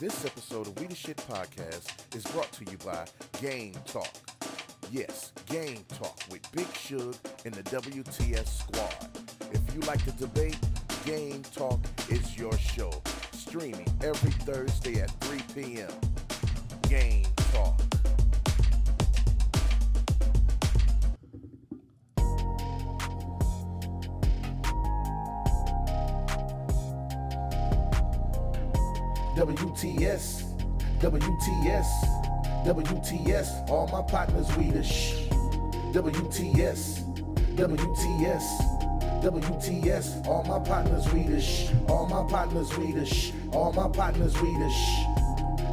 This episode of We the Shit Podcast is brought to you by Game Talk. Yes, Game Talk with Big Shug and the WTS Squad. If you like to debate, Game Talk is your show. Streaming every Thursday at 3 p.m. Game Talk. WTS, WTS, WTS. All my partners, we the sh. WTS, WTS, WTS. All my partners, we the sh. All my partners, we the sh. All my partners, we the sh.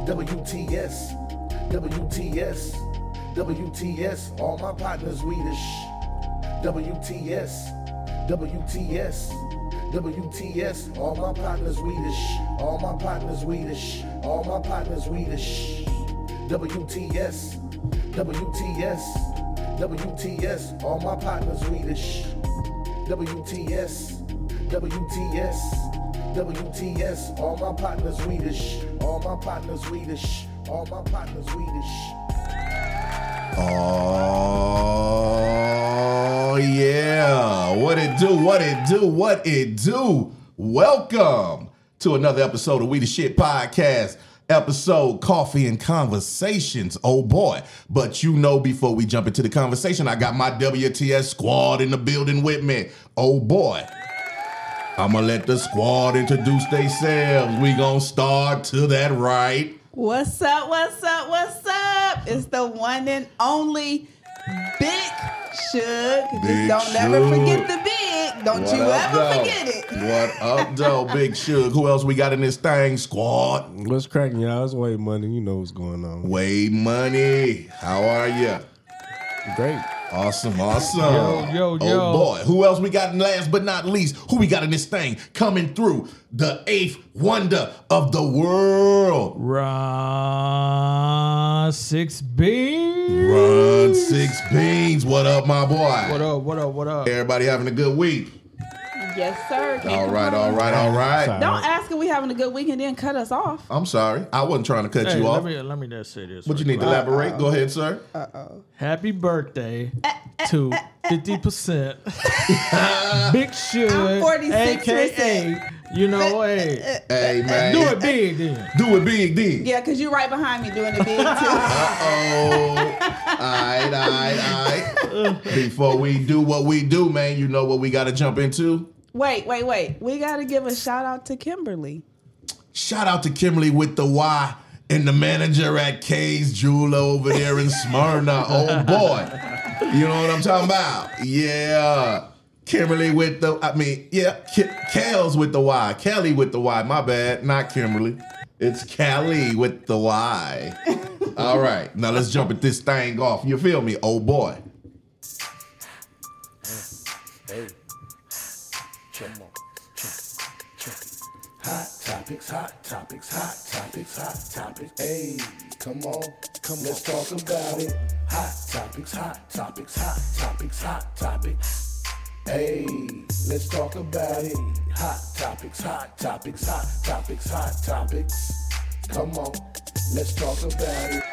WTS, WTS, WTS. All my partners, we the sh. WTS, WTS. WTS, all my partners Swedish, all my partners Swedish, all my partners Swedish. WTS, WTS, WTS, all my partners Swedish. WTS, WTS, WTS, all my partners Swedish, all my partners Swedish, all my partners Swedish. Oh yeah. What it do, what it do, what it do. Welcome to another episode of We the Shit Podcast. Episode Coffee and Conversations. Oh boy. But you know, before we jump into the conversation, I got my WTS squad in the building with me. Oh boy. I'ma let the squad introduce themselves. We gonna start to that right. What's up? What's up? What's up? It's the one and only Big Shug. Big Just don't never Shug. forget the big. Don't What you up, ever though? forget it. What up, though, Big Shug? Who else we got in this thing? Squad. What's cracking, y'all? It's Wade Money. You know what's going on. Way Money. How are you? Great. Awesome, awesome. Yo, yo, oh yo. boy. Who else we got? And last but not least, who we got in this thing? Coming through the eighth wonder of the world. Raw six B. Run six beans. What up, my boy? What up? What up? What up? Everybody having a good week. Yes, sir. Can't All right, complain. all right, all right. Sorry. Don't ask if we having a good week and then cut us off. I'm sorry. I wasn't trying to cut Hey, you let off. me let me just say this. but you real need to Uh, quick. elaborate. Go ahead, sir. Uh, Happy birthday to fifty percent. Big Shug, I'm 46%. aka you know, hey, Hey, man. do it big then. Do it big D. Yeah, because you're right behind me doing the big too. Oh, alright, alright, alright. Before we do what we do, man, you know what we gotta jump into? wait, wait, wait. We got to give a shout out to Kimberly. Shout out to Kimberly with the Y and the manager at K's Jeweler over there in Smyrna. Oh boy. You know what I'm talking about? Yeah. Kimberly with the, I mean, yeah, K- Kels with the Y. Kelly with the Y. My bad. Not Kimberly. It's Kelly with the Y. All right. Now let's jump at this thing off. You feel me? Oh boy. Hey, come on, check, check. Hot topics, hot topics, hot topics, hot topics. Hey, come on, come let's talk about it. Hot topics, hot topics, hot topics, hot topics. Hey, let's talk about it. Hot topics, hot topics, hot topics, hot topics. Come on, let's talk about it.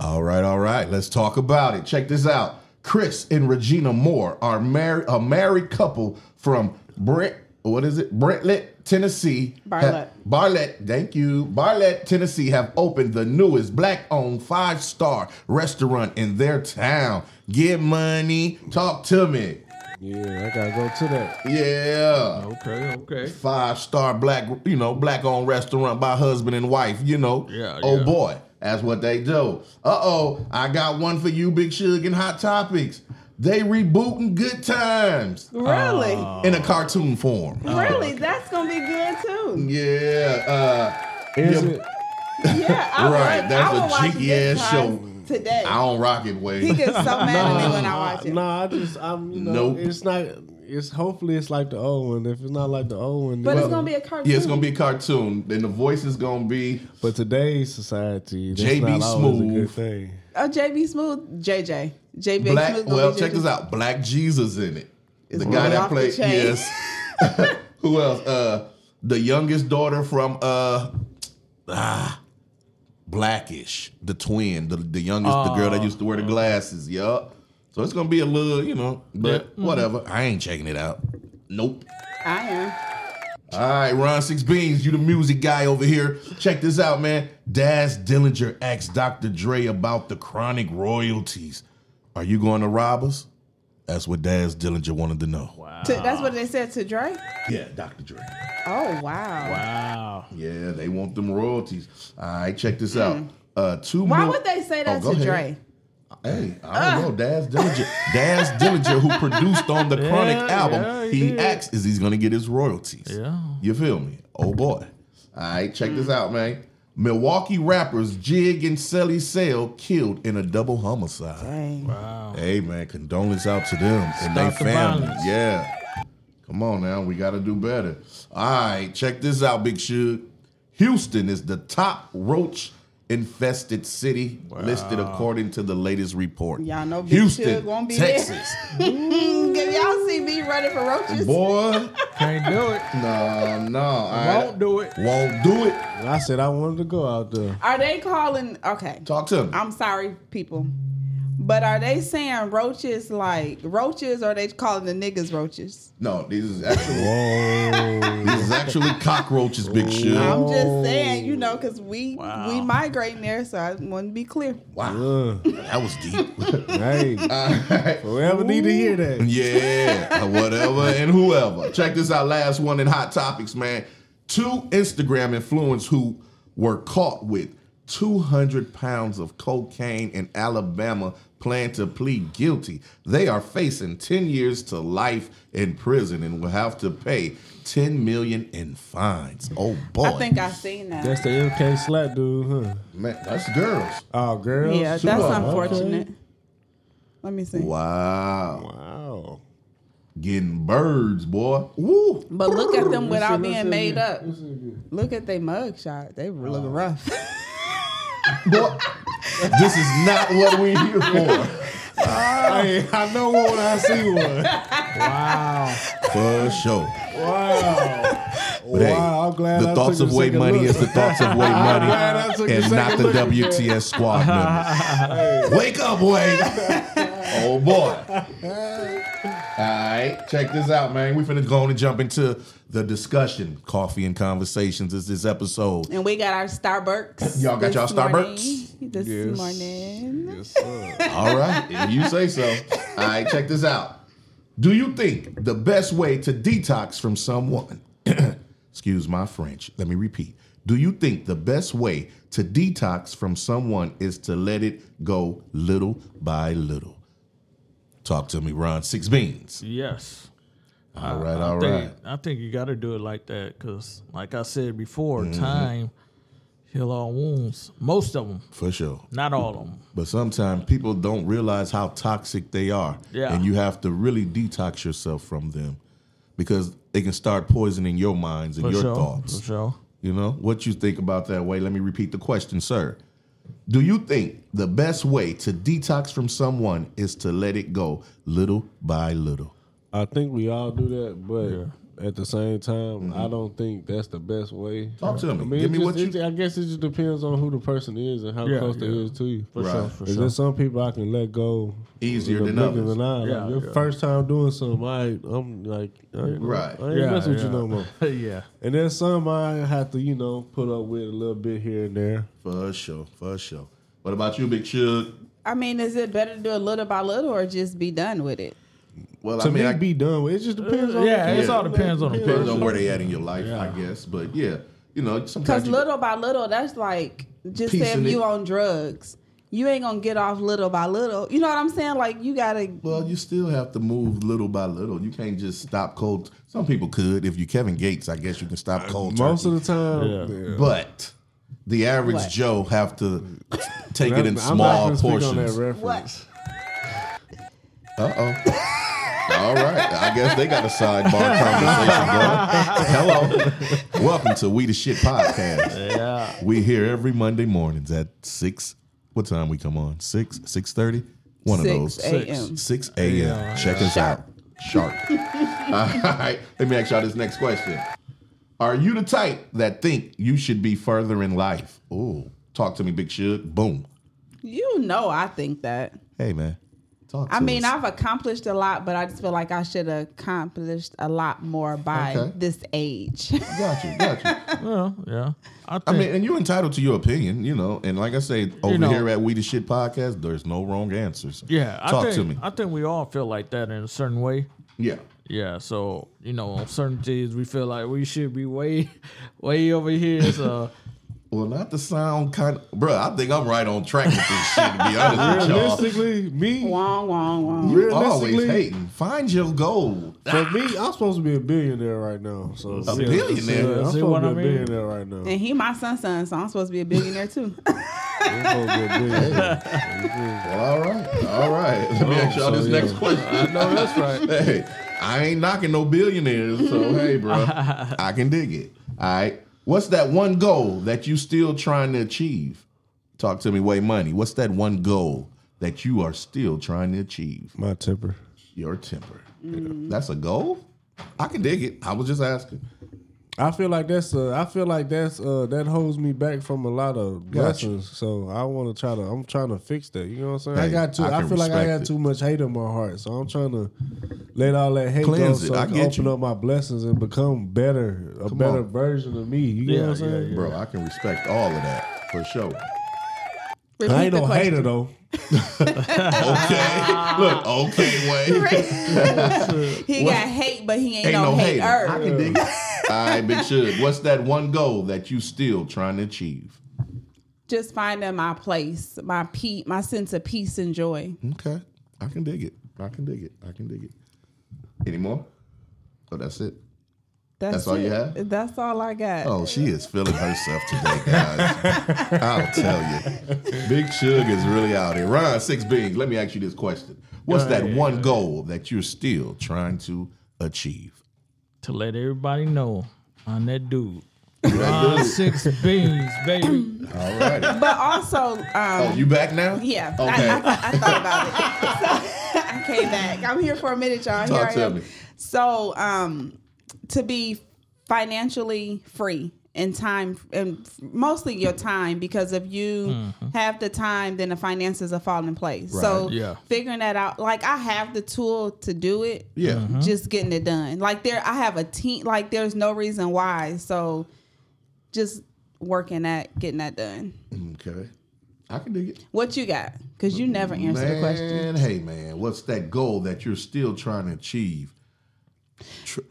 All right, all right. Let's talk about it. Check this out. Chris and Regina Moore are married a married couple from Brent what is it? Brentlet, Tennessee. Bartlett. Ha- Bartlett, thank you. Bartlett, Tennessee have opened the newest black-owned five-star restaurant in their town. Get money. Talk to me. Yeah, I gotta go to that. Yeah Okay, okay. five star black, you know, black owned restaurant by husband and wife, you know. Yeah, Oh yeah. boy, that's what they do. Uh oh, I got one for you, Big Sugar and Hot Topics. They rebooting Good Times Really? in a cartoon form. really? That's going to be good too. Yeah, uh, Is Yeah. it? Yeah, I Right, would- that's I a would watch cheeky Big ass Times show. Today. uh, I don't rock it way. he gets so mad at me when I watch it. Nah, I just I'm you know Nope. it's not it's hopefully it's like the old one. If it's not like the old one, But then- it's gonna be a cartoon. Yeah, it's gonna be a cartoon. Then the voice is gonna be But today's society, that's JB not always a Smooth. good thing. Oh, JB Smooth, JJ. JB Black. Smooth. gonna Well, be check JJ. this out. Black Jesus in it. It's the going guy that off the played chain. yes. Who else? Uh, the youngest daughter from uh, Blackish, the twin, the, the youngest, the girl that used to Oh. wear the glasses. Yup. So it's gonna be a little, you know, but mm-hmm. whatever. I ain't checking it out. Nope. I am. All right, Ron Six Beans, you the music guy over here. Check this out, man. Daz Dillinger asks Dr. Dre about the chronic royalties. Are you going to rob us? That's what Daz Dillinger wanted to know. Wow. To- that's what they said to Dre. Yeah, Dr. Dre. Oh wow. Wow. Yeah, they want them royalties. All right, check this out. Uh, two Mm. Why mil- would they say that Oh, go to ahead. Hey, I Ah. don't know. Daz Dillinger, Daz Dillinger, who produced on the Chronic Yeah, album, yeah, he he did. asks, "Is he's going to get his royalties?" Yeah. You feel me? Oh boy. All right, check this out, man. Milwaukee rappers Jig and Selly Sale killed in a double homicide. Dre? Dang. Hey man, condolence out to them and their Stop the families. violence. Yeah. Come on now, we gotta do better. All right, check this out, Big Shug. Houston is the top roach infested city listed according to the latest report. Y'all know Big Houston, Shug won't be there. Texas. Can y'all see me running for roaches? Boy, Can't do it. no, no. I Won't do it. Won't do it. And I said I wanted to go out there. Are they calling? Okay. Talk to me. I'm sorry, people. But are they saying roaches like roaches or are they calling the niggas roaches? no, these is actually Oh, these is actually cockroaches, Big Shug. I'm just saying, you know, because we we migrate there, so I want to be clear. Wow, uh, that was deep. hey, forever need to hear that. Yeah, whatever and whoever. Check this out. Last one in Hot Topics, man. Two Instagram influencers who were caught with 200 pounds of cocaine in Alabama plan to plead guilty. They are facing 10 years to life in prison and will have to pay 10 million in fines. Oh boy. I think I seen that. That's the MK Slap dude, huh? man, that's girls. Oh, girl. yeah, sure. that's Okay. unfortunate. Let me see. Wow. Wow. Getting birds, boy. Woo. But look at them without Let's see, being let's see made up. again. Let's see again. Look at they mug shot. They were Oh. looking rough. Boy, this is not what we're here for. Hey, I know one when I see one. Wow. For sure. Wow. But hey, wow, I'm glad the I thoughts took of a Way second Money look. is the thoughts of Way glad I took Money a and not second the look at WTS squad members. Wake up, Way. oh, boy. All right, check this out, man. We finna go on and jump into the discussion. Coffee and Conversations is this episode. and we got our Starbucks. Y'all got this y'all morning. Starbucks? this Yes. morning. Yes, sir. All right, if you say so. All right, check this out. Do you think the best way to detox from some woman? excuse my French. Let me repeat. Do you think the best way to detox from someone is to let it go little by little? Talk to me, Ron Six Beans. Yes. All right, all think- right. I think you got to do it like that because, like I said before, Mm-hmm. time heal all wounds. Most of them, For sure. not all of them. But sometimes people don't realize how toxic they are. Yeah. And you have to really detox yourself from them because they can start poisoning your minds and For your sure. thoughts. For sure. You know, what you think about that way? Let me repeat the question, sir. Do you think the best way to detox from someone is to let it go little by little? I think we all do that, but at the same time, I don't think that's the best way. Talk to me. I mean, Mm-hmm. Give it me just- what you- it- I guess it just depends on who the person is and how Yeah, close they yeah. is to you. For Right. sure. For Is sure. there some people I can let go Easier than quicker others. Than I. Like, Yeah, your yeah. first time doing something, I I'm like, I ain't, Right. I ain't messing with you no more. yeah. And there's some I have to, you know, put up with a little bit here and there. For sure, for sure. What about you, Big Shug? I mean, is it better to do it little by little or just be done with it? Well, to I mean, me, I, be done with. It just depends on Uh, Yeah, the it's all person. depends on the depends on person. where they at in your life, I guess. But yeah, you know, sometimes Because you- little by little, that's like just say Piecing if you it. on drugs, you ain't gonna get off little by little. You know what I'm saying? Like you gotta. Well, you still have to move little by little. You can't just stop cold. Some people could. If you Kevin Gates, I guess you can stop cold. Uh, Most turkey. of the time, yeah. but the average What? Joe have to take it in I'm not small gonna speak on that portions. Uh reference. What? oh. All right, I guess they got a sidebar conversation going. Hello, welcome to We the Shit Podcast. Yeah. We here every Monday mornings at six. What time we come on? Six six thirty. One of those. Six a.m. 6 a.m. Check us out. Sharp. All right. Let me ask y'all this next question. Are you the type that think you should be further in life? Ooh, talk to me, Big Shug. Boom. You know, I think that. Hey man, talk. I to mean, us. I've accomplished a lot, but I just feel like I should have accomplished a lot more by Okay. this age. got you, got you. Well, yeah. I, think, I mean, and you're entitled to your opinion, you know. And like I say, over know. here at We the Shit Podcast, there's no wrong answers. yeah. I talk think, to me. I think we all feel like that in a certain way. yeah, Yeah, so you know, uncertainties. We feel like we should be way, way over here. So well, not to sound kind of, bro. I think I'm right on track with this shit. To be honest with y'all, Realistically, me wong, wong, wong. you always realistically- hating. Find your goal. for me, I'm supposed to be a billionaire right now. So A billionaire? Yeah, I'm See supposed what to be I a mean? billionaire right now. And he my son, son, so I'm supposed to be a billionaire too. I'm supposed to be a billionaire. Well, all right, all right. Let me ask Oh, y'all so, this yeah. next question. no, that's right. hey, I ain't knocking no billionaires, so hey, bro, I can dig it. All right, what's that one goal that you still trying to achieve? Talk to me, way money. What's that one goal that you are still trying to achieve? My temper. Your temper. Mm-hmm. That's a goal. I can dig it. I was just asking. I feel like that's uh, I feel like that's uh, that holds me back from a lot of Gotcha. blessings. So I want to try to I'm trying to fix that. You know what I'm saying? I Hey, got too. I I, can feel like I respect got it. too much hate in my heart. So I'm trying to let all that hate Cleanse go it. so I I can get open you. up my blessings and become better, a better on. version of me. You know Yeah, what I'm saying? Bro, I can respect all of that for sure. Repeat I ain't the no question. hater though. Okay. Look, okay, Wayne. He What? got hate, but he ain't, Ain't no, no hater. hater. I can dig it. All right, Big Shug. What's that one goal that you still trying to achieve? Just finding my place, my pe- my sense of peace and joy. Okay. I can dig it. I can dig it. I can dig it. Any more? Oh, that's it. That's, That's all you it. have? That's all I got. Oh, she is feeling herself today, guys. I'll tell you. Big Shug is really out here. Ron Six Beans, let me ask you this question. What's that one goal that you're still trying to achieve? to let everybody know, I'm that dude. Ron six beans, baby. All right. But also, um, Oh, you back now? yeah, I- Okay. I, thought- I thought about it. So I came back. I'm here for a minute, y'all. Talk here I to am. me. So, um, to be financially free and time and f- mostly your time because if you have the time then the finances will fall in place so Right, yeah. figuring that out like i have the tool to do it yeah. just getting it done like there i have a team like there's no reason why so just working at getting that done Okay. I can dig it. what you got because you never answer man, the question Hey, man, what's that goal that you're still trying to achieve?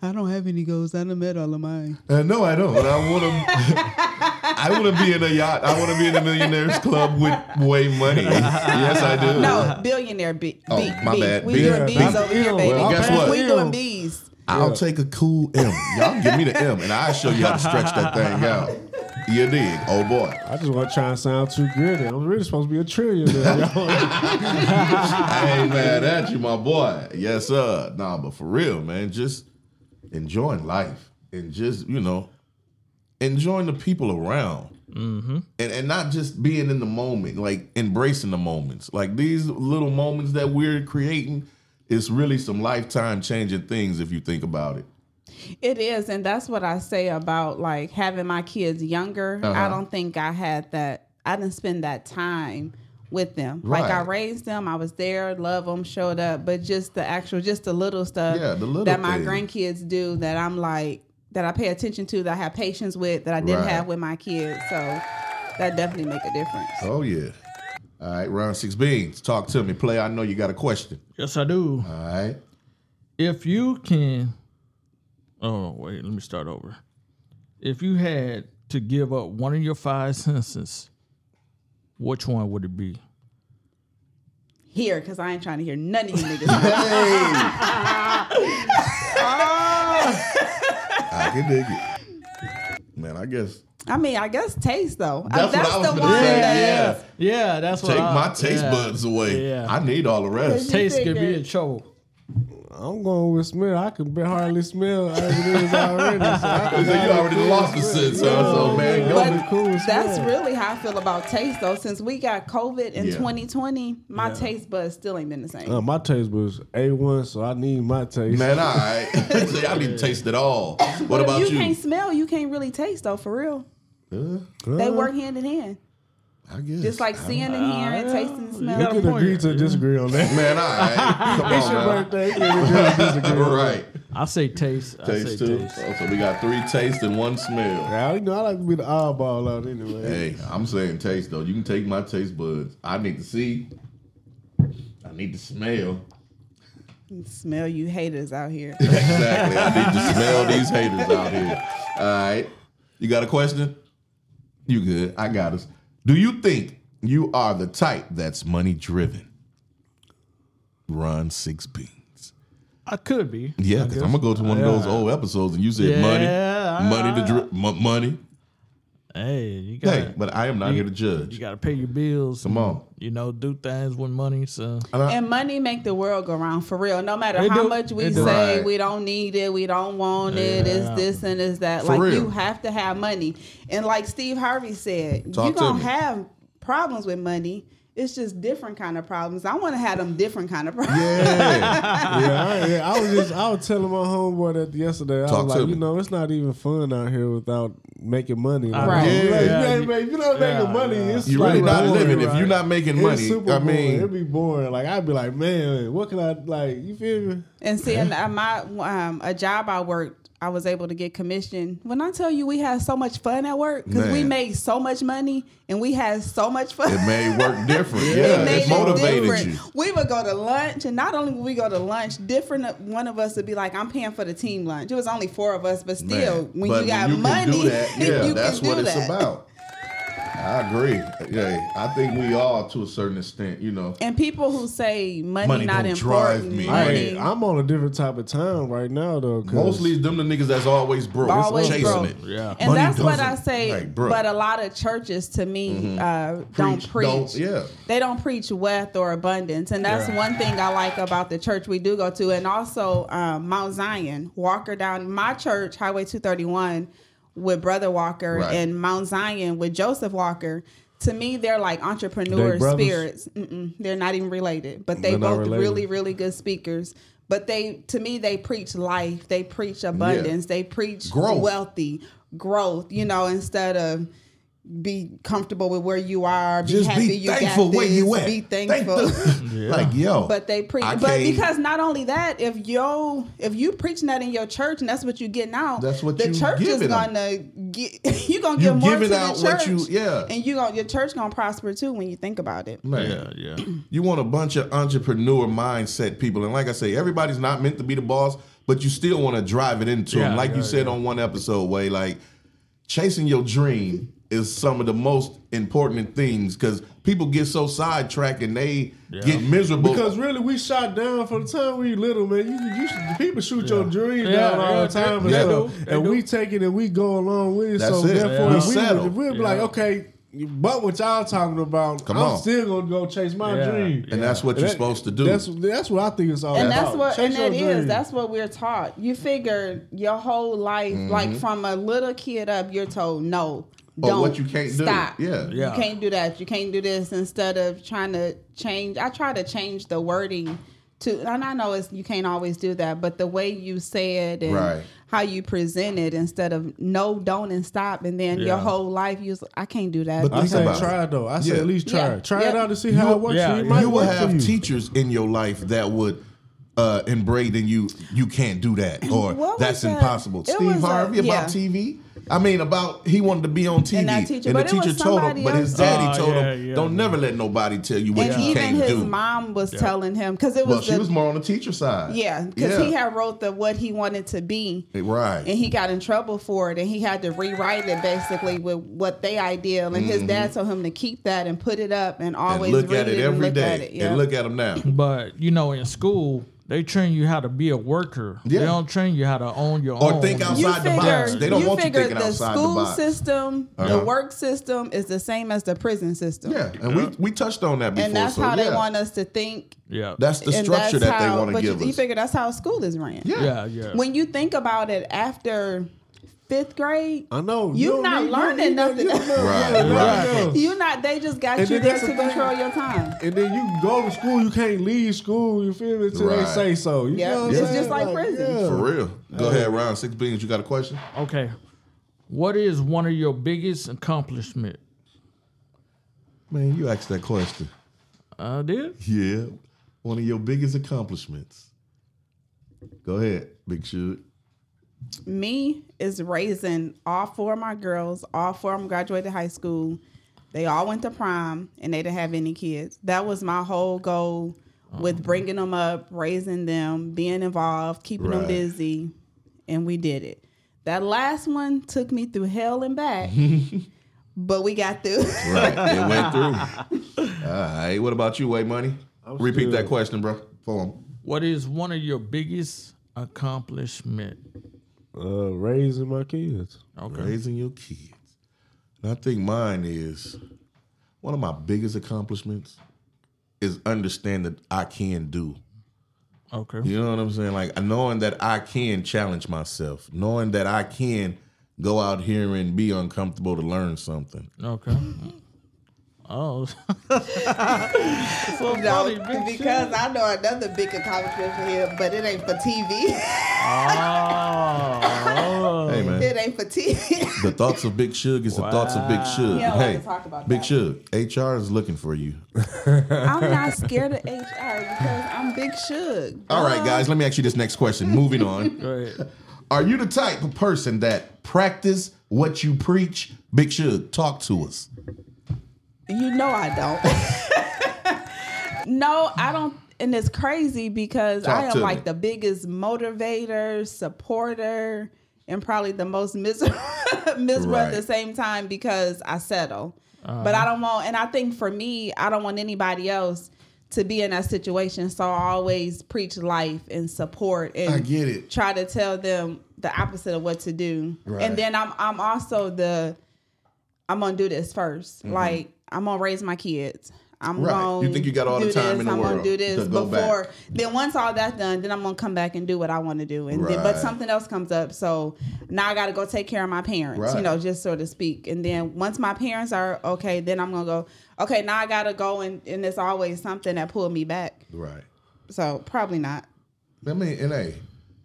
i don't have any goals i done met all of mine Uh, no, I don't. I want to. I want to be in a yacht. I want to be in a millionaires club with way money. Yes, I do. no billionaire b, Oh, b my B. bad. we B. doing B. bees over here Well, baby guess what? we doing bees I'll take a cool M. Y'all give me the M, and I'll show you how to stretch that thing out. You dig, oh boy. I just want to try and sound too gritty. I'm really supposed to be a trillionaire. y'all. I ain't mad at you, my boy. Yes, sir. Nah, but for real, man, just enjoying life and just you know enjoying the people around, and and not just being in the moment, like embracing the moments, like these little moments that we're creating. It's really some lifetime changing things if you think about it. It is, and that's what I say about like having my kids younger. Uh-huh. I don't think I had that. I didn't spend that time with them. Like I Right. raised them, I was there, love them, showed up, but just the actual, just the little stuff Yeah, the little that my things. grandkids do that I'm like that I pay attention to, that I have patience with, that I didn't Right. have with my kids. So that definitely make a difference. Oh yeah. All right, round six beans. Talk to me, play. I know you got a question. yes, I do. All right. If you can, oh wait, let me start over. If you had to give up one of your five senses, which one would it be? Here, because I ain't trying to hear none of you niggas. I can dig it. Man, I guess I mean, I guess taste though. I- That's what I was Uh, the gonna one say, that yeah. Yeah, that's what Take I- my taste Uh, yeah. buds away. Yeah. I need all the rest. Taste could be in trouble. I'm going with smell. I can ba- hardly smell as it is already. So I So can you already lost the sense, huh? so man, go be cool as That's well. really how I feel about taste, though. Since we got COVID in Yeah. 2020, my Yeah. taste buds still ain't been the same. Uh, my taste was A one, so I need my taste. Man, all right. so y'all didn't taste it all. What but about if you? you, can't smell, you can't really taste, though, for real. Uh, They work hand in hand. I guess. Just like seeing and hearing, tasting and We got smelling. can a point agree here, to yeah. disagree on that. Man, all right. Come on, man. birthday. We can agree to disagree on All that. right. I say taste. I say Taste two. taste. Oh, so we got three tastes and one smell. Yeah, I, you know, I like to be the oddball out anyway. Hey, I'm saying taste though. You can take my taste buds. I need to see. I need to smell. Smell you haters out here. Exactly. I need to smell these haters out here. All right. You got a question? You good. I got us. Do you think you are the type that's money driven? Run six beans. I could be. Yeah, because I'm gonna go to one of those old episodes and you said Yeah, money, I- money to dri- mo- money. Hey, you got. Hey, but I am not here to you judge. got to pay your bills. Come on. You know, do things with money. So uh, and money make the world go round for real. No matter It how do. much we It do. say Right. we don't need it, we don't want it, Yeah. it's this and it's that. For like real. you have to have money. And like Steve Harvey said, Talk you're to gonna me. have problems with money. It's just different kind of problems. I wanna have them different kind of problems. Yeah. yeah, I, yeah, I was just I was telling my homeboy that yesterday. I Talk was to like, me. you know, it's not even fun out here without making money. Like, Right. you Yeah. like, Yeah, you you- ain't make- if you don't yeah, make money, yeah. it's You like really not boring, living if right? you're not making money. It's super I boring. mean, it'd be boring. Like I'd be like, man, what can I like? You feel me? And seeing uh, my um, a job I worked, I was able to get commission. When I tell you we had so much fun at work because we Man. made so much money and we had so much fun. it may work different. Yeah, it made it motivated different. you. We would go to lunch, and not only would we go to lunch, different one of us would be like, "I'm paying for the team lunch." It was only four of us, but still, Man, when but you got when can money, do that, yeah, you that's can what do it's that. about. I agree. Yeah, I think we all, to a certain extent, you know. And people who say money, Money not don't important, drive me. money, Hey, I'm on a different type of time right now though. 'cause- Mostly it's them the niggas that's always broke, always chasing broke. it. Yeah. and Money that's what I doesn't- say. Like, bro. but a lot of churches, to me, uh, don't preach. don't- yeah. they don't preach wealth or abundance, and that's Yeah. one thing I like about the church we do go to, and also um, Mount Zion Walker down my church, Highway 231, with Brother Walker Right. and Mount Zion with Joseph Walker. To me, they're like entrepreneur They brothers? spirits. Mm-mm, they're not even related, but they They're not both related. really, really good speakers. But they, to me, they preach life. They preach abundance. They preach Growth. wealthy growth, you know, instead of be comfortable with where you are, be Just happy be you thankful got this, where you at. be Thank thankful. the- Like yo, but they preach, I but came- because not only that, if yo, if you preaching that in your church and that's what you getting out, That's what the you church is giving 'em. gonna get. You gonna You give more giving to the out church, what you- yeah. and you gonna your church gonna prosper too when you think about it. man, yeah, yeah. You want a bunch of entrepreneur mindset people. And like I say, everybody's not meant to be the boss, but you still want to drive it into them. Yeah, Like you yeah, said on one episode, way like chasing your dream is some of the most important things because people get so sidetracked and they get miserable. Because really, we shot down from the time we little, man. You, you should- people shoot your dream Yeah, down all yeah, the time, they- and, they stuff. do, they and do. we take it and we go along with it. That's so it. therefore, Yeah. if we, Settle. would- we'll be like, Yeah. okay, but what y'all talking about? Come I'm on. still gonna go chase my Yeah. dream. and that's what And you're that- supposed to do. That's that's what I think it's all and about. that's what Chase and that your is dream. that's what we're taught you figure your whole life like from a little kid up you're told no Mm-hmm. Or don't what you can't do. stop Yeah. Yeah. you can't do that you can't do this instead of trying to change i try to change the wording to and i know it's you can't always do that but the way you say it and Right. how you present it instead of no don't and stop and then your Yeah. whole life you s- i can't do that But I Think say about try it. it though. I say Yeah. at least try Yeah. it. Try it Yeah. out and see how it works. yeah, for you. It you might you will work for have you. teachers in your life that would uh embrace in you you can't do that or What was that's that? impossible It steve was a- harvey yeah. about tv i mean about he wanted to be on tv And that teacher- but it the was teacher told him somebody but else. his daddy Oh, told yeah, him yeah, don't yeah. never let nobody tell you what and you even can't his do mom was telling him because it well was she the, was more on the teacher side yeah because he had wrote the what he wanted to be right and he got in trouble for it and he had to rewrite it basically with what they ideal and his dad told him to keep that and put it up and Mm-hmm. and always look read at it and every look at day it, yeah. and look at him now But you know, in school, they train you how to be a worker. Yeah. They don't train you how to own your Or own. think outside you the box. figure- They don't want you figure thinking the outside the school box. system, Uh-huh. the work system is the same as the prison system. yeah and we we touched on that before And that's so how they yeah. want us to think. Yeah, that's the and structure that's that they how- want to but you- give You us figure that's how school is ran. yeah, yeah. When you think about it after fifth grade. I know You don't not need- you learning don't need nothing. no- you Right, don't need right. no- You not. They just got And you then there that's to the thing. control your time. And then you go to school, you can't leave school. You feel me? Until Right. they say so. You Yeah, know what I'm it's saying? just like prison. For real. Go ahead, Ron. Six beans. You got a question? Okay. What is one of your biggest accomplishment? Man, you asked that question. I did. Yeah. One of your biggest accomplishments. Go ahead, Big Shoot. me is raising all four of my girls. All four of them graduated high school. They all went to prom and they didn't have any kids. That was my whole goal Oh. with bringing them up, raising them, being involved, keeping Right. them busy, and we did it. That last one took me through hell and back, but we got through. Right. it went through. All right. What about you, Way Money? Repeat still- that question, bro. For him. What is one of your biggest accomplishment? Uh, raising my kids. Okay. Raising your kids. And I think mine is one of my biggest accomplishments is understand that I can do. Okay. You know what I'm saying? Like knowing that I can challenge myself, knowing that I can go out here and be uncomfortable to learn something. Okay. Oh. No, because I know another big accomplishment for him, but it ain't for TV. oh. Hey man. it ain't for TV. The thoughts of Big Shug is the thoughts of Big Shug. Yeah, I wanna hey, talk about Big that. Shug, HR is looking for you. I'm not scared of HR because I'm big shook. All right, guys, let me ask you this next question. Moving on. Go ahead. Are you the type of person that practice what you preach? Big Shug, talk to us. You know I don't. no, I don't. And it's crazy because Talk I to am me. like the biggest motivator, supporter, and probably the most miserable, miserable Right. at the same time because I settle. But I don't want, and I think for me, I don't want anybody else to be in that situation. So I always preach life and support and I get it. try to tell them the opposite of what to do. Right. And then I'm I'm also the I'm gonna do this 1st Like I'm gonna raise my kids. I'm Mm-hmm. Right. gonna You think you got all the do time this, in the I'm world gonna do this to go before. back. Then once all that's done, then I'm gonna come back and do what I want to do. And then, Right. but something else comes up, so now I gotta go take care of my parents. Right. You know, just so to speak. And then once my parents are okay, then I'm gonna go. Okay, now I gotta go, and and there's always something that pulled me back. Right. So probably not. I mean, and hey,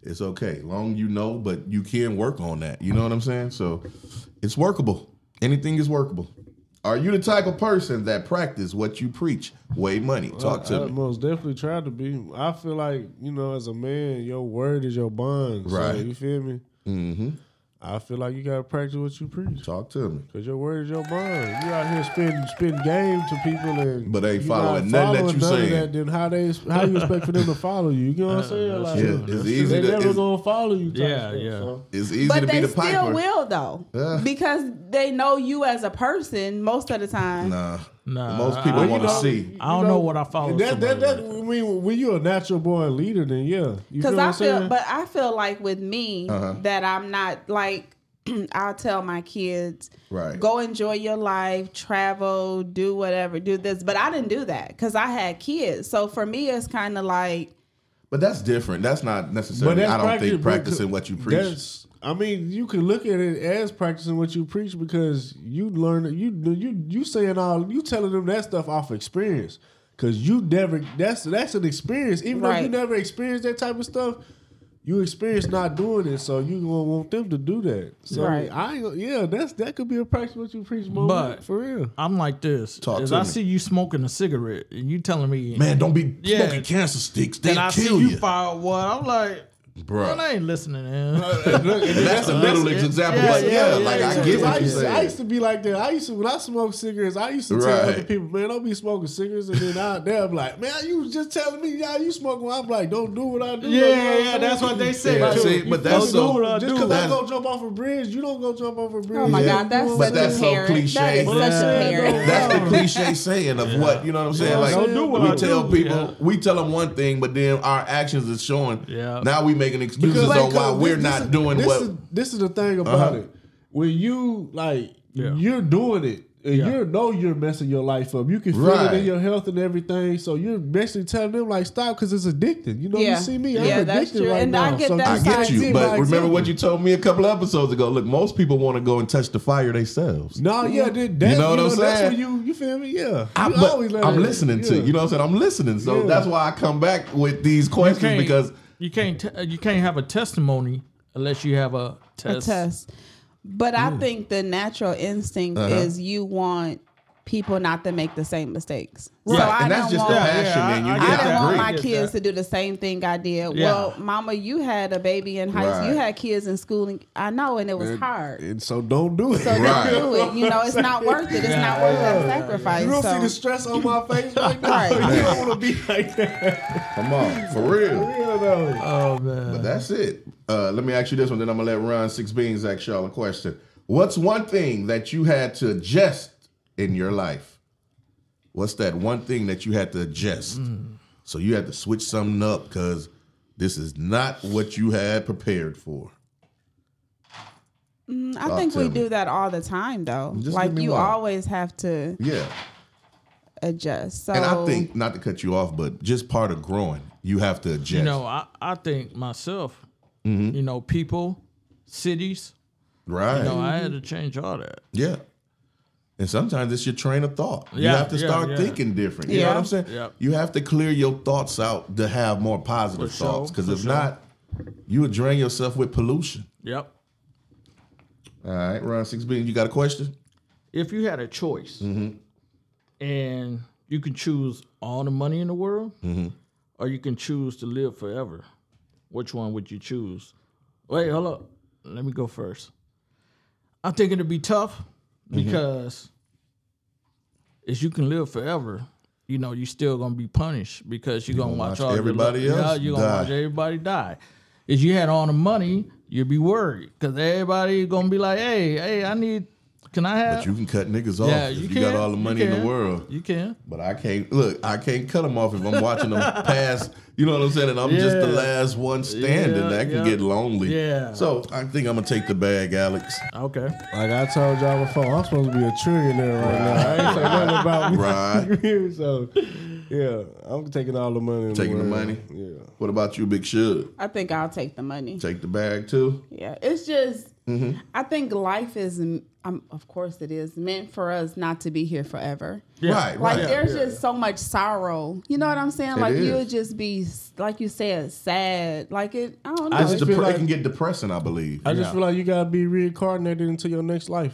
it's okay. Long you know, but you can work on that. You know what I'm saying? So it's workable. Anything is workable. Are you the type of person that practice what you preach? Wave money. Talk I to me. most definitely tried to be. I feel like you know, as a man, your word is your bond. so Right. you feel me? Mm-hmm. I feel like you gotta practice what you preach. Talk to me. Cause your word is your bond. You out here spitting spitting game to people and But they you following not following nothing that you none of saying. That, then how they how you expect for them to follow you? You know what I'm saying? Like, true. Yeah, it's easy They to- never it's- gonna follow you. type Yeah, stuff, yeah. so. It's easy to But be they the still piper. will though, Yeah. because they know you as a person most of the time. Nah. Nah, Most people I- want to you know- see. I don't know what I follow That, that, that, somebody I mean, when you're a natural born leader, then yeah. You Because what I I'm feel, saying? but I feel like with me Uh-huh. that I'm not like I'll tell my kids, Right. Go enjoy your life, travel, do whatever, do this. But I didn't do that because I had kids. So for me, it's kind of like But that's different. That's not necessarily. I don't practice- think practicing what you preach. that's- I mean, you can look at it as practicing what you preach because you learn it- you you you saying all you telling them that stuff off experience because you never that's that's an experience even though you Right. never experienced that type of stuff. You experience not doing it, so you gonna want them to do that. So Right. I ain't gonna- yeah, that's that could be a practice what you preach, moment, But- for real. I'm like this. Talk As to I me. see you smoking a cigarette and you telling me Man, don't be Yeah. smoking cancer sticks. They then I see kill you you, fire one. I'm like, bro. man, I ain't listening. Man. And that's a little example. yeah, like, yeah, yeah, yeah, like I yeah. get Because I what you're used, to, I saying. used to be like that. I used to when I smoked cigarettes, I used to tell Right. other people, man, don't be smoking cigarettes. And then I, they'll be like, man, you was just telling me, yeah, you smoking. I'm like, don't do what I do. Yeah, Like, you know yeah, I'm that's saying? what they say, Like, too. you See, feel but that's me? so- Don't- do. just because I That's- go jump off a bridge, you don't go jump off a bridge. oh my Yeah. god, that's But such that's a so parent. That cliche. is such Yeah. a parent. That's the cliche saying of what you know what I'm saying. Yeah, Like don't do what we I tell do. people, Yeah. we tell them one thing, but then our actions is showing. Yeah. Now we making excuses on why uh, this- we're this not is- doing this what. Is, this is the thing about Uh-huh. it. When you like, Yeah. you're doing it. And Yeah. you know you're messing your life up. You can feel it Right. in your health and everything. So you're basically telling them like stop because it's addicting. You know, Yeah. you see me, I'm Yeah, addicted that's true. right And I now. get so that I just That's get fine. you, see my but remember example. what you told me a couple episodes ago. Look, most people want to go and touch the fire themselves. No, yeah, that, that, You know what That's I'm saying? when you you feel me? Yeah, I, You but always let I'm it- listening to yeah. you. You know what I'm saying? I'm listening. So Yeah. that's why I come back with these questions because you can't te- you can't have a testimony unless you have a a test. test. But I think the natural instinct Uh-huh. is you want people not to make the same mistakes. So Right, I and that's don't just want the passion yeah, I- in you. I Yeah, get I that. didn't want my Get kids that. to do the same thing I did. Yeah. Well, Mama, you had a baby in high school. You Right. had kids in school. And I know, and it was hard. And so don't do it. so don't Right. do it. You know, it's not worth it. It's not worth that sacrifice. You don't see so. the stress on my face right now. Right. You don't want to be like that. Come on, for real. Yeah, though. Oh man. But that's it. Uh, let me ask you this one, then I'm gonna let Ron Six Beans ask y'all a question. What's one thing that you had to adjust in your life? What's that one thing that you had to adjust? So you had to switch something up because this is not what you had prepared for. I think Talk we to me. do that all the time, though. Just give like me you one. always have to Yeah. adjust. So And I think not to cut you off, but just part of growing, you have to adjust. You know, I, I think myself, Mm-hmm. you know, people, cities, right? you know, I had to change all that. yeah. And sometimes it's your train of thought. you Yeah, have to yeah, start yeah. thinking different. You know what Yeah. I'm saying? Yeah. You have to clear your thoughts out to have more positive For sure, thoughts. Because for if sure. not, you would drain yourself with pollution. Yep. All right, Ron Six Bean, you got a question? If you had a choice Mm-hmm. and you can choose all the money in the world Mm-hmm. or you can choose to live forever, which one would you choose? Wait, hold up. Let me go first. I think it'd be tough Mm-hmm. because if you can live forever, you know, you're still gonna be punished because you're gonna, gonna watch, watch all everybody your, else Yeah, you're gonna die. watch everybody die. If you had all the money, you'd be worried because everybody gonna be like, "Hey, hey, I need, can I have?" But you can cut niggas off yeah, if you, Oh, you, can. got all the You money in the can. world. You can. But I can't look. I can't cut them off if I'm watching them pass. You know what I'm saying? And I'm just the Yeah. last one standing. Yeah, that can yeah. get lonely. Yeah. So I think I'm gonna take the bag, Alex. Okay. Like I told y'all before, I'm supposed to be a trillionaire right now. I ain't say nothing about me. Right. You hear me? so, yeah, I'm taking all the money. in Taking the world. money? Yeah. What about you, Big Shug? I think I'll take the money. Take the bag too. Yeah, it's just I think life is, m- um, of course, it is meant for us not to be here forever. Yeah. Right, Like right. there's just so much sorrow. You know what I'm saying? It like is. you'll just be s- like you said, sad. Like it. I don't know. It's just depre- feel like- it can get depressing, I believe. I just feel like you gotta be reincarnated into your next life.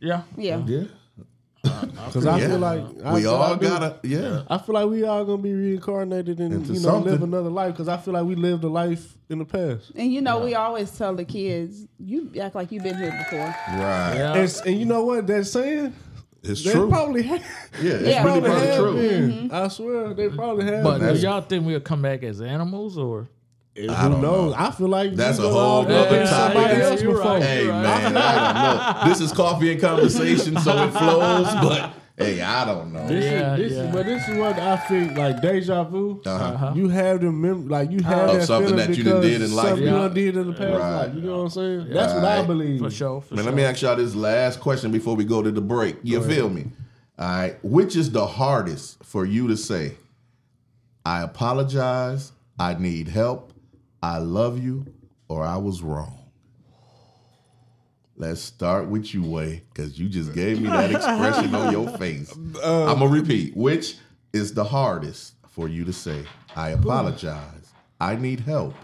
Yeah. yeah. yeah. Because I Yeah. feel like I we feel all like gotta yeah. I feel like we all gonna be reincarnated and Into you know live something. another life. Because I feel like we lived a life in the past. And you know, we always tell the kids, "You act like you've been here before." Right. Yeah. And, s- and you know what? That saying It's they true. probably have. yeah, it's Yeah. really Probably probably have true. been. Mm-hmm. I swear they probably have. But been. do y'all think we'll come back as animals or? And I don't who knows? know. I feel like That's you a know whole all other that topic. somebody Yeah, else you're before. right. Hey man, I don't know. This is coffee and conversation, so it flows, but hey, I don't know. This Yeah, is, this yeah. is, but this is what I feel like deja vu. Uh-huh. You have the mem- like you have Of that something feeling that you done because did in life. Something you Yeah. done did in the past Right. life. You know what I'm saying? That's what I Right. believe. For sure. For Man, sure. let me ask y'all this last question before we go to the break. You feel me? All right. Which is the hardest for you to say? I apologize. I need help. I love you, or I was wrong. Let's start with you, Way, because you just gave me that expression on your face. I'm gonna repeat. Which is the hardest for you to say? I apologize. I need help.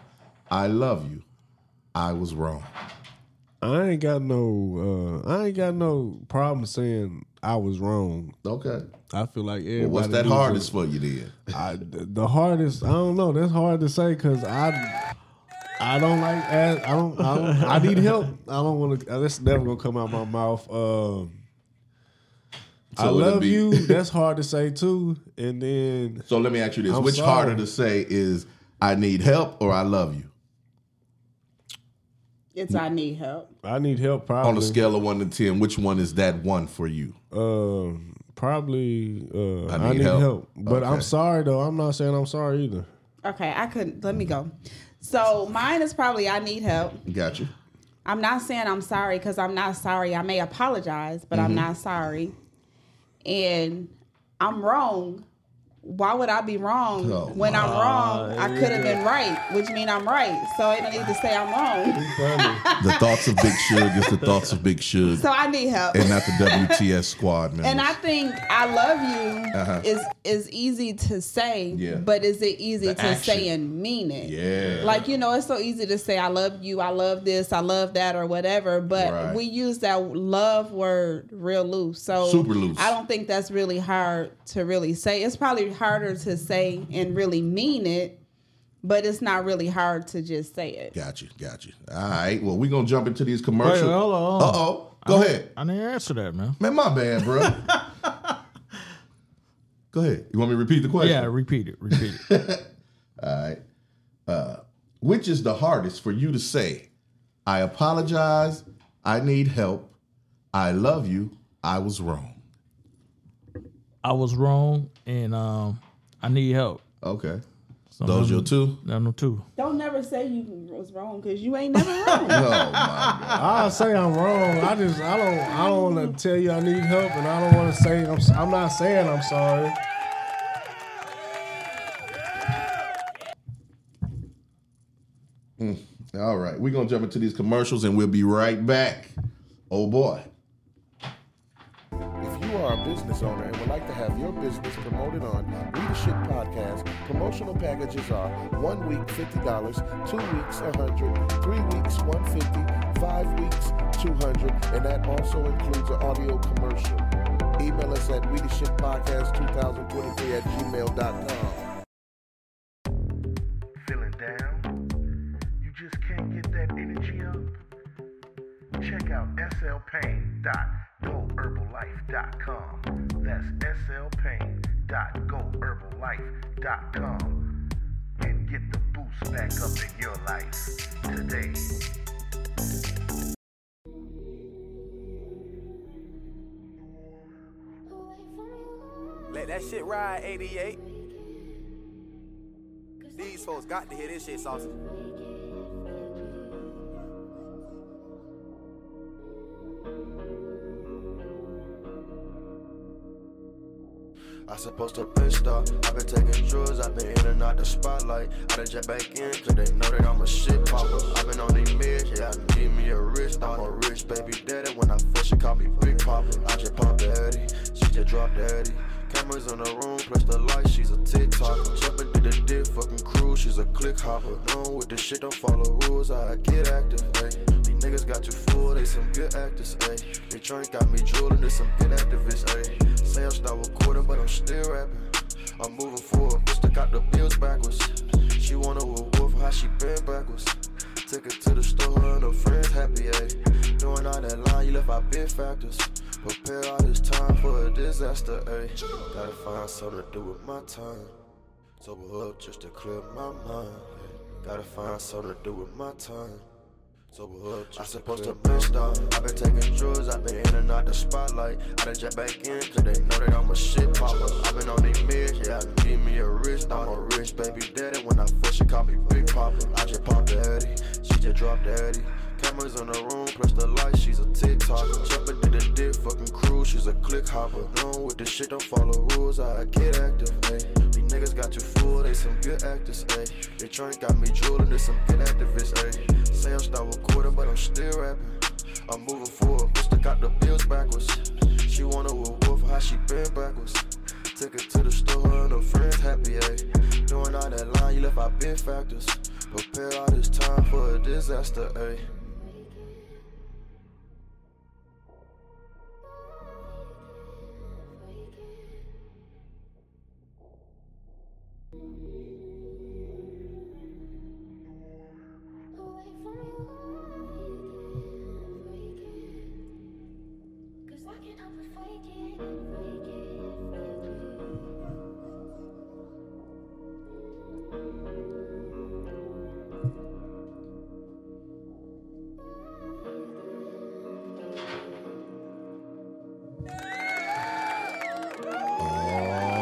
I love you. I was wrong. I ain't got no. Uh, I ain't got no problem saying I was wrong. Okay. I feel like everybody. Well, what's that do feel- hardest for you then? I, the the hardest. I don't know. That's hard to say because I. I don't like. ask- I don't. I don't. I need help. I don't want to. That's never gonna come out my mouth. Um, I So it'll love be- you. That's hard to say too. And then So let me ask you this: I'm Which sorry. harder to say is "I need help" or "I love you"? It's I need help. I need help. Probably On a scale of one to ten, which one is that one for you? Um, probably. Uh, I need, help. help. But Okay. I'm sorry though. I'm not saying I'm sorry either. Okay, I couldn't. Let me go. So mine is probably I need help. Got you. I'm not saying I'm sorry because I'm not sorry. I may apologize, but I'm not sorry. and I'm wrong, why would I be wrong Oh, when I'm wrong? I could have been right, which means I'm right. So I don't need to say I'm wrong. The thoughts of Big Suge is the thoughts of Big Suge, So I need help. and not the WTS squad members. And I think I love you is is easy to say, Uh-huh. Yeah. but is it easy The to action. say and mean it? Yeah. Like you know, it's so easy to say I love you, I love this, I love that, or whatever. But Right. we use that love word real loose. So Super loose. I don't think that's really hard to really say. It's probably harder to say and really mean it, but it's not really hard to just say it. got you, got you. All right, well, we're gonna jump into these commercials. Wait, hold on. Uh oh, go ahead, I didn't answer that, man. man. My bad, bro. go ahead. You want me to repeat the question? Yeah, repeat it. Repeat it. Which is the hardest for you to say? I apologize. I need help. I love you. I was wrong. I was wrong, and um, I need help. Okay. So Those number- your two? Number two. Don't never say you was wrong because you ain't never wrong. Oh my god. I say I'm wrong. I just I don't I don't want to tell you I need help, and I don't want to say I'm s- I'm not saying I'm sorry. Mm. All right. We're gonna jump into these commercials and we'll be right back. Oh boy. If you are a business owner and would like to have your business promoted on Leadership Podcast, promotional packages are one week $50, two weeks $100, three weeks $150, five weeks $200, and that also includes an audio commercial. Email us at leadershippodcast2023 at gmail.com. Feeling down? You just can't get that energy up? Check out slpain.goherbalife.com. That's slpain.goherbalife.com. And get the boost back up in your life today. Let that shit ride, 88. These folks got to hear this shit, sausage. I supposed to pissed off. I've been taking drugs, I've been in and out the spotlight. I done jet back in, cause they know that I'm a shit popper. I've been on these meds, yeah, I need me a wrist. I'm a rich baby daddy. When I fish, she call me Big Popper. I just popped the Eddie, she just dropped the Eddie. Cameras in the room, plus the light, she's a TikToker. Jumping through the dick, fucking crew, she's a click hopper. Known with the shit, don't follow rules, I get active, ayy. These niggas got you fooled, they some good actors, ayy. They drink got me drooling, they some good activists, ayy. Say I stop recording, but I'm still rapping. I'm moving forward, bitch, I got the bills backwards. She wanna with Wolf, how she been backwards. Took her to the store and her friends happy, ayy. Doing all that line, you left out big factors. Prepare all this time for a disaster, ayy. Gotta find something to do with my time. Sober up just to clear my mind. ayy. Gotta find something to do with my time. Sober up, I supposed to pissed off. I've been taking drugs, I've been in and out the spotlight. I done jet back in, cause they know that I'm a shit popper. I've been on these meds, yeah, I need me a wrist. I'm a rich baby daddy. When I first, she call me Big Popper. I just popped the Eddie, she just dropped the Eddie. Cameras in the room, plus the light, she's a TikToker. Jumping through the dick, fucking crew, she's a click hopper. Known with the shit, don't follow rules, I get active, ayy. These niggas got you fooled, they some good actors, ayy. They trying got me drooling, they some good activists, ayy. Say I stop recording, but I'm still rapping. I'm moving forward, bitch, I got the bills backwards. She wanna with Wolf, how she been backwards. Took her to the store and her friends happy, ayy. Doing all that line, you left out big factors. Prepare all this time for a disaster, ayy.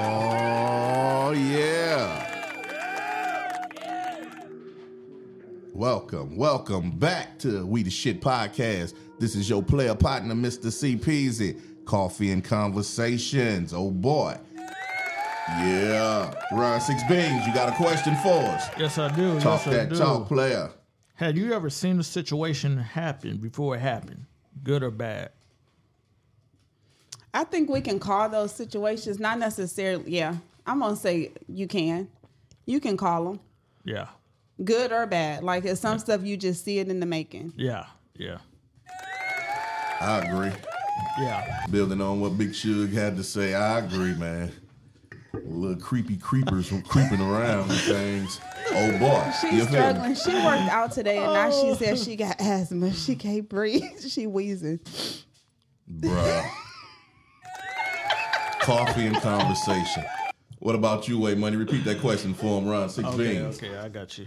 Oh yeah. Welcome, welcome back to We the Shit Podcast. This is your player partner, Mr. C Peasy. Coffee and Conversations. Oh boy. Yeah. Ron Six Beans, you got a question for us. Yes, I do. Talk yes, I that do. talk, player. Had you ever seen a situation happen before it happened, good or bad? I think we can call those situations not necessarily. Yeah, I'm gonna say you can. You can call them Yeah, good or bad. Like it's some stuff you just see it in the making. yeah, yeah, I agree. yeah. Building on what Big Suge had to say, I agree, man. Little creepy creepers were creeping around and things. Oh boy. She's You feel me? struggling. She worked out today, and now she says she got asthma. She can't breathe. She wheezing. Bruh. Coffee and conversation. What about you, Way Money? Repeat that question for him, Ron. Six Okay, beans. okay, I got you.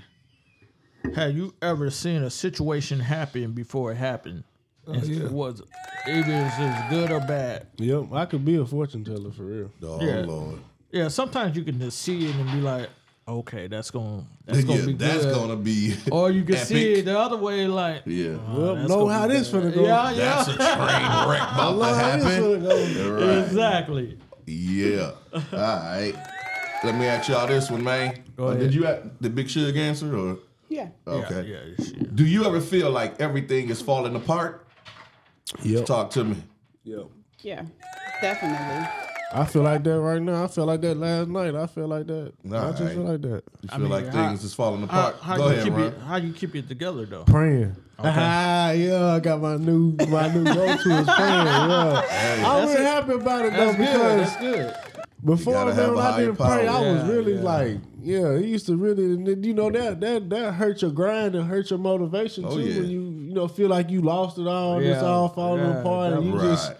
Have you ever seen a situation happen before it happened? Oh, And yeah. Was either it's just good or bad? Yep, I could be a fortune teller for real. Oh Yeah. Lord. Yeah, sometimes you can just see it and be like, okay, that's gonna that's That's gonna gonna yeah, be be that's good. Oh. gonna be or you can see epic. it the other way, like Yeah. Well, that's know gonna how be this finna go. yeah, yeah, That's a train wreck about to Know how this happen. finna go. Right. exactly. Yeah. All right. Let me ask y'all this one, man. Go Uh, ahead. Did you a- did Big Suge answer or Yeah. okay? Yeah, yeah, shit. Do you ever feel like everything is falling apart? Yep. Talk to me. Yep. Yeah. Definitely. I feel like that right now. I feel like that last night. I feel like that. I just Alright. feel like that. You feel mean, like how- things is falling How, apart. how Go you ahead, keep Ron. it? How you keep it together though? Praying. Ah, yeah, I got my new my new go to is praying. Yeah. I'm really happy about it though That's good. because That's good. Before gotta man, have when a I higher didn't power. pray, I Yeah, was really yeah. like, yeah, it used to really, and then, you know that that that hurt your grind and hurt your motivation Oh, too yeah. when you you know feel like you lost it all, it's Yeah, all falling yeah, apart, and you Right. just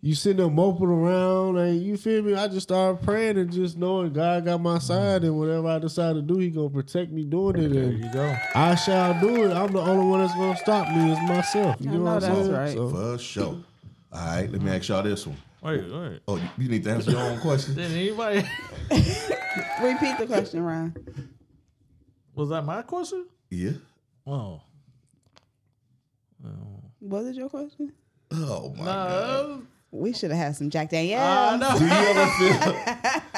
you sitting there moping around, and you feel me? I just started praying and just knowing God got my side, and whatever I decide to do, He gonna protect me doing it, There and you go. I shall do it. I'm the only one that's gonna stop me is myself. You I know, know what I'm that's saying? right. So, For sure. All right, let me ask y'all this one. Wait, wait. Oh, you- you need to answer your own question. Did anybody? Repeat the question, Ryan. Was that my question? Yeah. Oh, Was it your question? Oh my god. uh, We should have had some Jack Daniels. I know.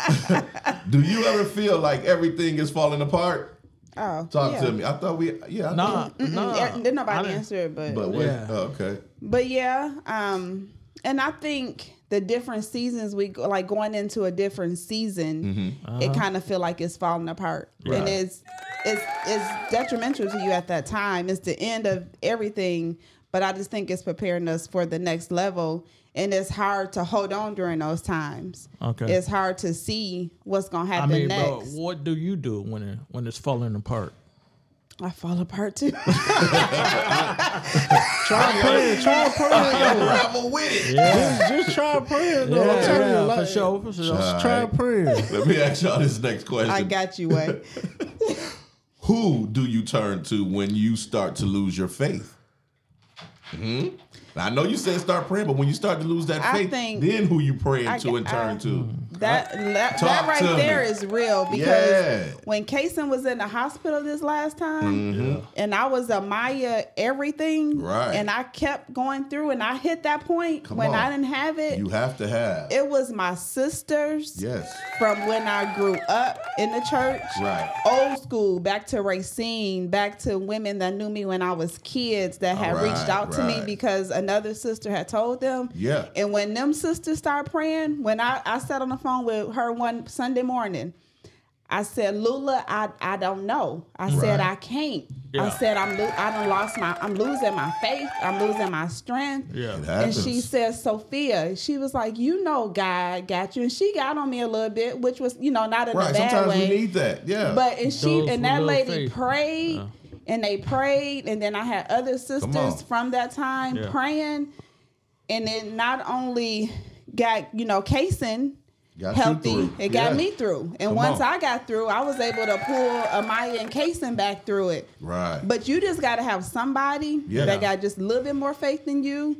Do you ever feel? do you ever feel like everything is falling apart? oh, Talk yeah. to me. I thought we. Yeah. I Nah, thought- nah. Yeah, didn't I nobody didn't- answer it, but But but, wait. Yeah. Oh, okay. yeah, um, and I think the different seasons we go, like going into a different season, it Uh-huh. kind of feel like it's falling apart, and it's it's it's detrimental to you at that time. It's the end of everything, but I just think it's preparing us for the next level, and it's hard to hold on during those times. Okay. it's hard to see what's gonna I happen mean, but next. what do you do when it, when it's falling apart? I fall apart too. try praying, try praying. Travel with it. just, just try praying though. I'm telling you, like, for sure, for sure. Just try praying. Let me ask y'all this next question. I got you, way. Who do you turn to when you start to lose your faith? Hmm. I know you said start praying, but when you start to lose that I faith, think- then who you praying I to and g- turn I- to? That that, Talk that to right there me. is real because Yeah. when Kason was in the hospital this last time, and I was a Maya everything, Mm-hmm. Right. and I kept going through, and I hit that point Come when on. I didn't have it. You have to have. it was my sisters yes. from when I grew up in the church. Right. Old school, back to Racine, back to women that knew me when I was kids that had Right, reached out to me right. because another sister had told them. Yeah. And when them sisters start praying, when I, I sat on the phone with her one Sunday morning, I said, Lula, I, I don't know. I said I can't. Yeah. I said I'm lo- I done lost my I'm losing my faith. I'm losing my strength. Yeah. It And happens. she said, Sophia, she was like, you know, God got you. And she got on me a little bit, which was, you know, not in a right. bad Sometimes way. we need that. Yeah. but and she Those with and that little lady faith. prayed and they prayed. And then I had other on. sisters from that time Yeah. praying. And it not only got, you know, Kason Got you healthy, through. it got Yeah. me through. And Come once on. I got through, I was able to pull Amaya and Kason back through it. right. But you just got to have somebody Yeah. that got just a little bit more faith than you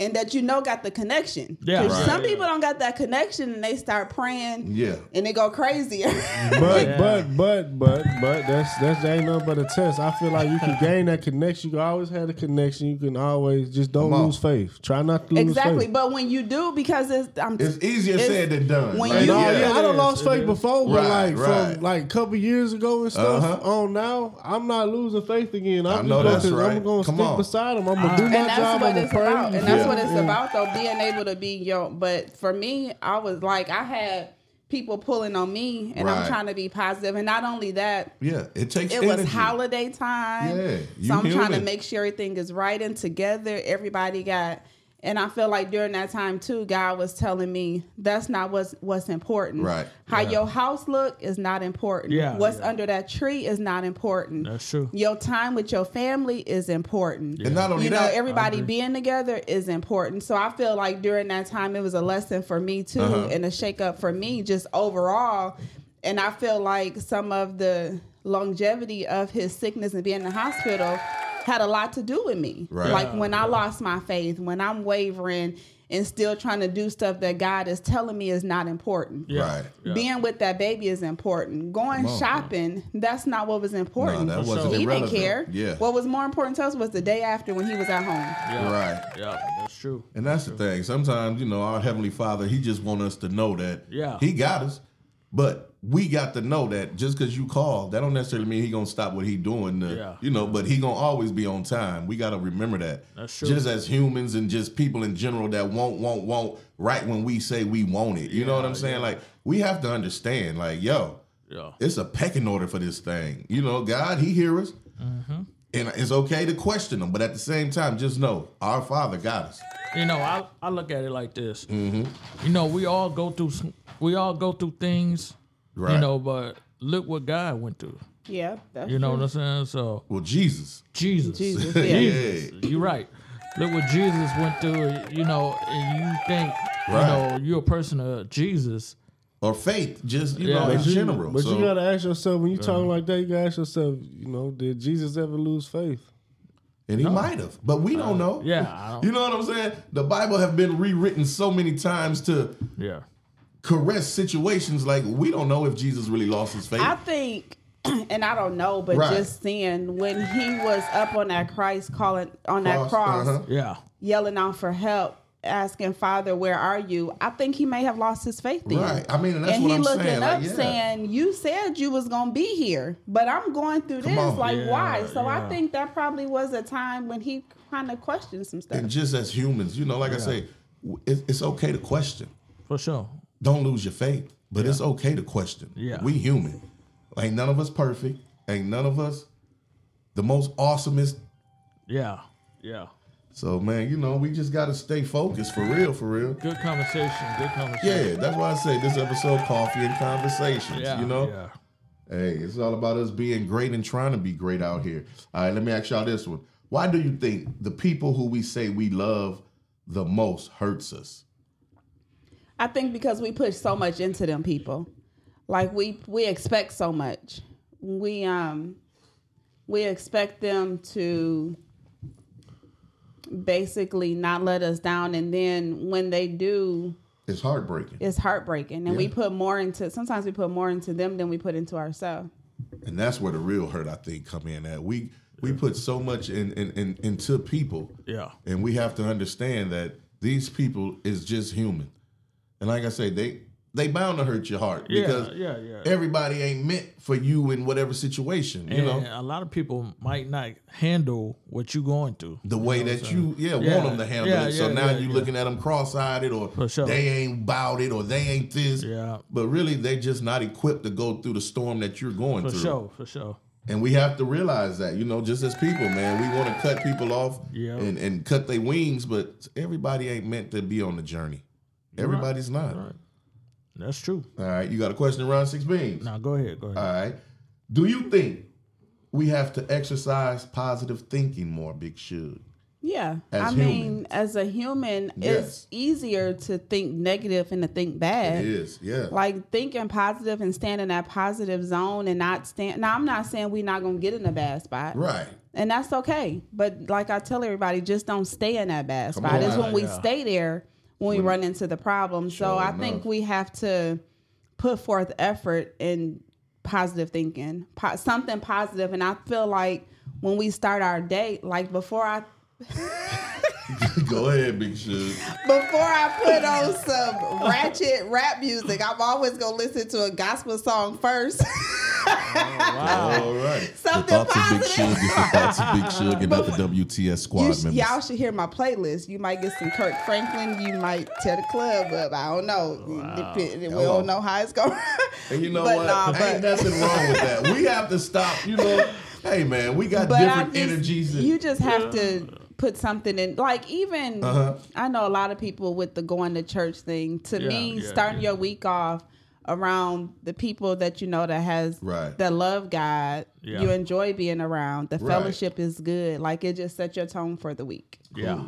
and that you know got the connection. Yeah. 'Cause Right. Some people don't got that connection and they start praying Yeah. and they go crazier. But Yeah. but but but but that's that's that ain't nothing but a test. I feel like you can gain that connection. You can always have a connection. You can always just don't Come on. lose faith. Try not to lose exactly. faith. But when you do, because it's I'm It's easier It's- said than done. when right? you- No, yeah. yeah, I It done is, lost it faith is. before, but Right, like right. from like a couple years ago and stuff Uh-huh. on now, I'm not losing faith again. I'm I just know gonna, that's I'm right. gonna Come stick on. beside him. I'm gonna do my and that's job. what I'm gonna it's pray. about. And that's Yeah. what it's about, though, being able to be your. But for me, I was like, I had people pulling on me, and Right. I'm trying to be positive. And not only that, Yeah, it takes it energy. was holiday time, Yeah, you so I'm trying to human. make sure everything is right and together. Everybody got. And I feel like during that time too, God was telling me that's not what's what's important. Right. How your house look is not important. Yeah, What's yeah. under that tree is not important. That's true. Your time with your family is important And not only you know, that, everybody being together is important. So I feel like during that time, it was a lesson for me too, Uh-huh. and a shake up for me just overall. And I feel like some of the longevity of his sickness and being in the hospital had a lot to do with me. Right. Like when I lost my faith, when I'm wavering and still trying to do stuff that God is telling me is not important. Yeah. Right. Yeah. Being with that baby is important. Going shopping, that's not what was important. that wasn't he irrelevant. didn't care. Yeah. What was more important to us was the day after when he was at home. Yeah. Right. Yeah, that's true. And that's the thing. Sometimes, you know, our Heavenly Father, He just want us to know that Yeah. He got us. But we got to know that just because you call, that don't necessarily mean he gonna stop what he doing. To, Yeah. You know, but he gonna always be on time. We gotta remember that. That's true. Just as humans and just people in general that won't, won't, won't. Right when we say we want it, you know what I'm saying? Like we have to understand. Like yo, Yeah. it's a pecking order for this thing. You know, God, He hear us, Mm-hmm. and it's okay to question Him, but at the same time, just know our Father got us. You know, I, I look at it like this. Mm-hmm. You know, we all go through some, we all go through things. Right. You know, but look what God went through. Yeah. That's You know what I'm saying? So Well, Jesus. Mm-hmm. Jesus, Jesus, Jesus. yeah. you're right. Look what Jesus went through. You know, and you think Right. you know you're a person of Jesus. Or faith, just you Yeah. know, in But you- general. But So, you gotta ask yourself when you talking like that. You gotta ask yourself, you know, did Jesus ever lose faith? and he might have, but we Uh, don't know. yeah, I don't- you know what I'm saying? The Bible have been rewritten so many times to Yeah. caress situations like we don't know if Jesus really lost his faith. I think, and I don't know, but Right. just seeing when he was up on that Christ calling on that cross, uh-huh. Yeah. yelling out for help, asking Father, "Where are you?" I think he may have lost his faith. Then. Right. I mean, and that's and what he I'm looking saying. up Like, yeah. saying, You said you was gonna be here, but I'm going through Come this. on. Like Yeah, why? So yeah. I think that probably was a time when he kind of questioned some stuff. And just as humans, you know, like I say, w- it, it's okay to question. For sure. Don't lose your faith, but it's okay to question. Yeah. We human. Ain't none of us perfect. Ain't none of us the most awesomest Yeah. Yeah. So man, you know, we just gotta stay focused for real, for real. Good conversation. Good conversation. Yeah, that's why I say this episode coffee and conversations. you know? Yeah. Hey, it's all about us being great and trying to be great out here. All right, let me ask y'all this one. Why do you think the people who we say we love the most hurts us? I think because we push so much into them people. Like we we expect so much. We um we expect them to basically not let us down and then when they do It's heartbreaking. it's heartbreaking and we Yeah. put more into sometimes we put more into them than we put into ourselves and that's where the real hurt I think come in at. We we put so much in, in, in into people. Yeah. And we have to understand that these people is just human. And like I say, they they bound to hurt your heart Yeah, because yeah, yeah. everybody ain't meant for you in whatever situation, you and know. a lot of people might not handle what you're going through. The way that you yeah, Yeah, want them to handle yeah, it. So yeah, now yeah, you yeah. looking at them cross-eyed or For sure. they ain't bout it or they ain't this. Yeah. But really they just not equipped to go through the storm that you're going For through. sure. For sure. And we have to realize that, you know, just as people, man, we want to cut people off Yeah. and, and cut their wings, but everybody ain't meant to be on the journey. Everybody's not. Right. That's true. All right, you got a question around six beans. Now go ahead. Go ahead. All right. Do you think we have to exercise positive thinking more, Big Shug? Yeah. As I humans. mean, as a human, Yes. it's easier to think negative and to think bad. It is, yeah. Eh. Like thinking positive and staying in that positive zone and not stand. Now, I'm not saying we're not going to get in a bad spot. right. And that's okay. But like I tell everybody, just don't stay in that bad Come spot. on. it's when we Yeah. stay there when we run into the problem. so Sure I enough. think we have to put forth effort in positive thinking, po- something positive. And I feel like when we start our day, like before I Go ahead, Big Shug. before I put on some ratchet rap music, I'm always gonna listen to a gospel song first. All right. Something positive. thoughts of Big Shug and other WTS squad You sh- y'all should hear my playlist. You might get some Kirk Franklin. You might tear the club up. I don't know. Oh, Dep- we Hello. don't know how it's going. Oh, And you know but what? Nah, but Ain't nothing wrong with that. We have to stop. You know, hey man, we got but I different just, energies. And, you just have to put something in. Like even Uh-huh. I know a lot of people with the going to church thing. To Yeah, me, yeah, starting your week off around the people that you know that has Right. that love God, Yeah. you enjoy being around. The Right. fellowship is good. Like it just sets your tone for the week. Yeah.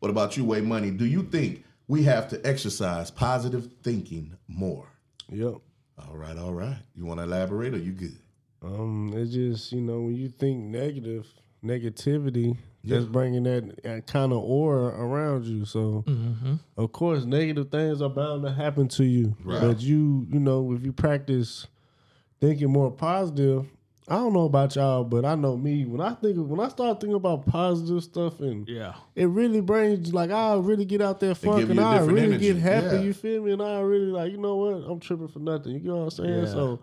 what about you, Way Money? Do you think we have to exercise positive thinking more? Yep. All right, all right. You want to elaborate, or you good? Um, it's just you know when you think negative, negativity that's bringing that, that kind of aura around you. So, of course, negative things are bound to happen to you. Right. But you, you know, if you practice thinking more positive, I don't know about y'all, but I know me. When I think, when I start thinking about positive stuff and Yeah. it really brings like I really get out there funk give and you a I different really energy, get happy. yeah. You feel me? And I really like you know what? I'm tripping for nothing. You know what I'm saying? Yeah. So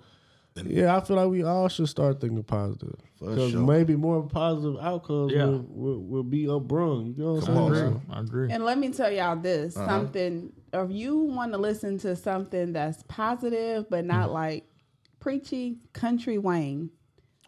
yeah, I feel like we all should start thinking positive For because sure. maybe more positive outcomes Yeah. will, will, will be upbrung. You know what Come I'm on, saying? man. So, I agree. And let me tell y'all this Uh-huh. something, if you want to listen to something that's positive but Mm-hmm. not like preachy, Country Wayne.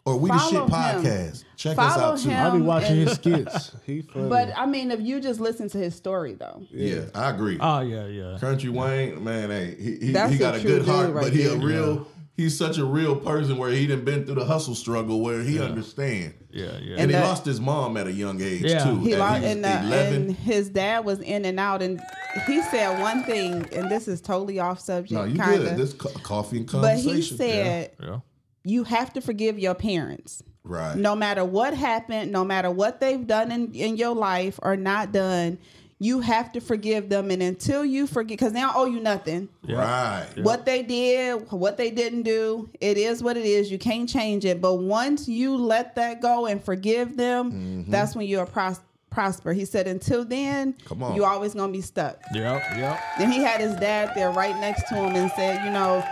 Or we the Follow shit him. podcast. Check Follow us out too. him. I be watching and- his skits. He Mm. funny. But I mean, if you just listen to his story though, Yeah, I agree. Oh yeah, yeah. Country Wayne, man, hey, he, he, That's he got a a true good dude heart, right but he a there. real. He's such a real person where he done been through the hustle struggle where he understand. Yeah, yeah. And, he that- lost his mom at a young age Yeah. too. he at lost, he was and, uh, 11. and his dad was in and out, and he said one thing, and this is totally off subject, no, you good. kind of. This co- coffee and But conversation. he said, yeah. "You have to forgive your parents." right. no matter what happened, no matter what they've done in, in your life or not done, you have to forgive them. And until you forget, because they don't owe you nothing. Right. What they did, what they didn't do, it is what it is. You can't change it. But once you let that go and forgive them, Mm-hmm. that's when you're pros- prosper. He said, until then, Come on. you're always going to be stuck. Yep, yep. Then he had his dad there right next to him and said, you know,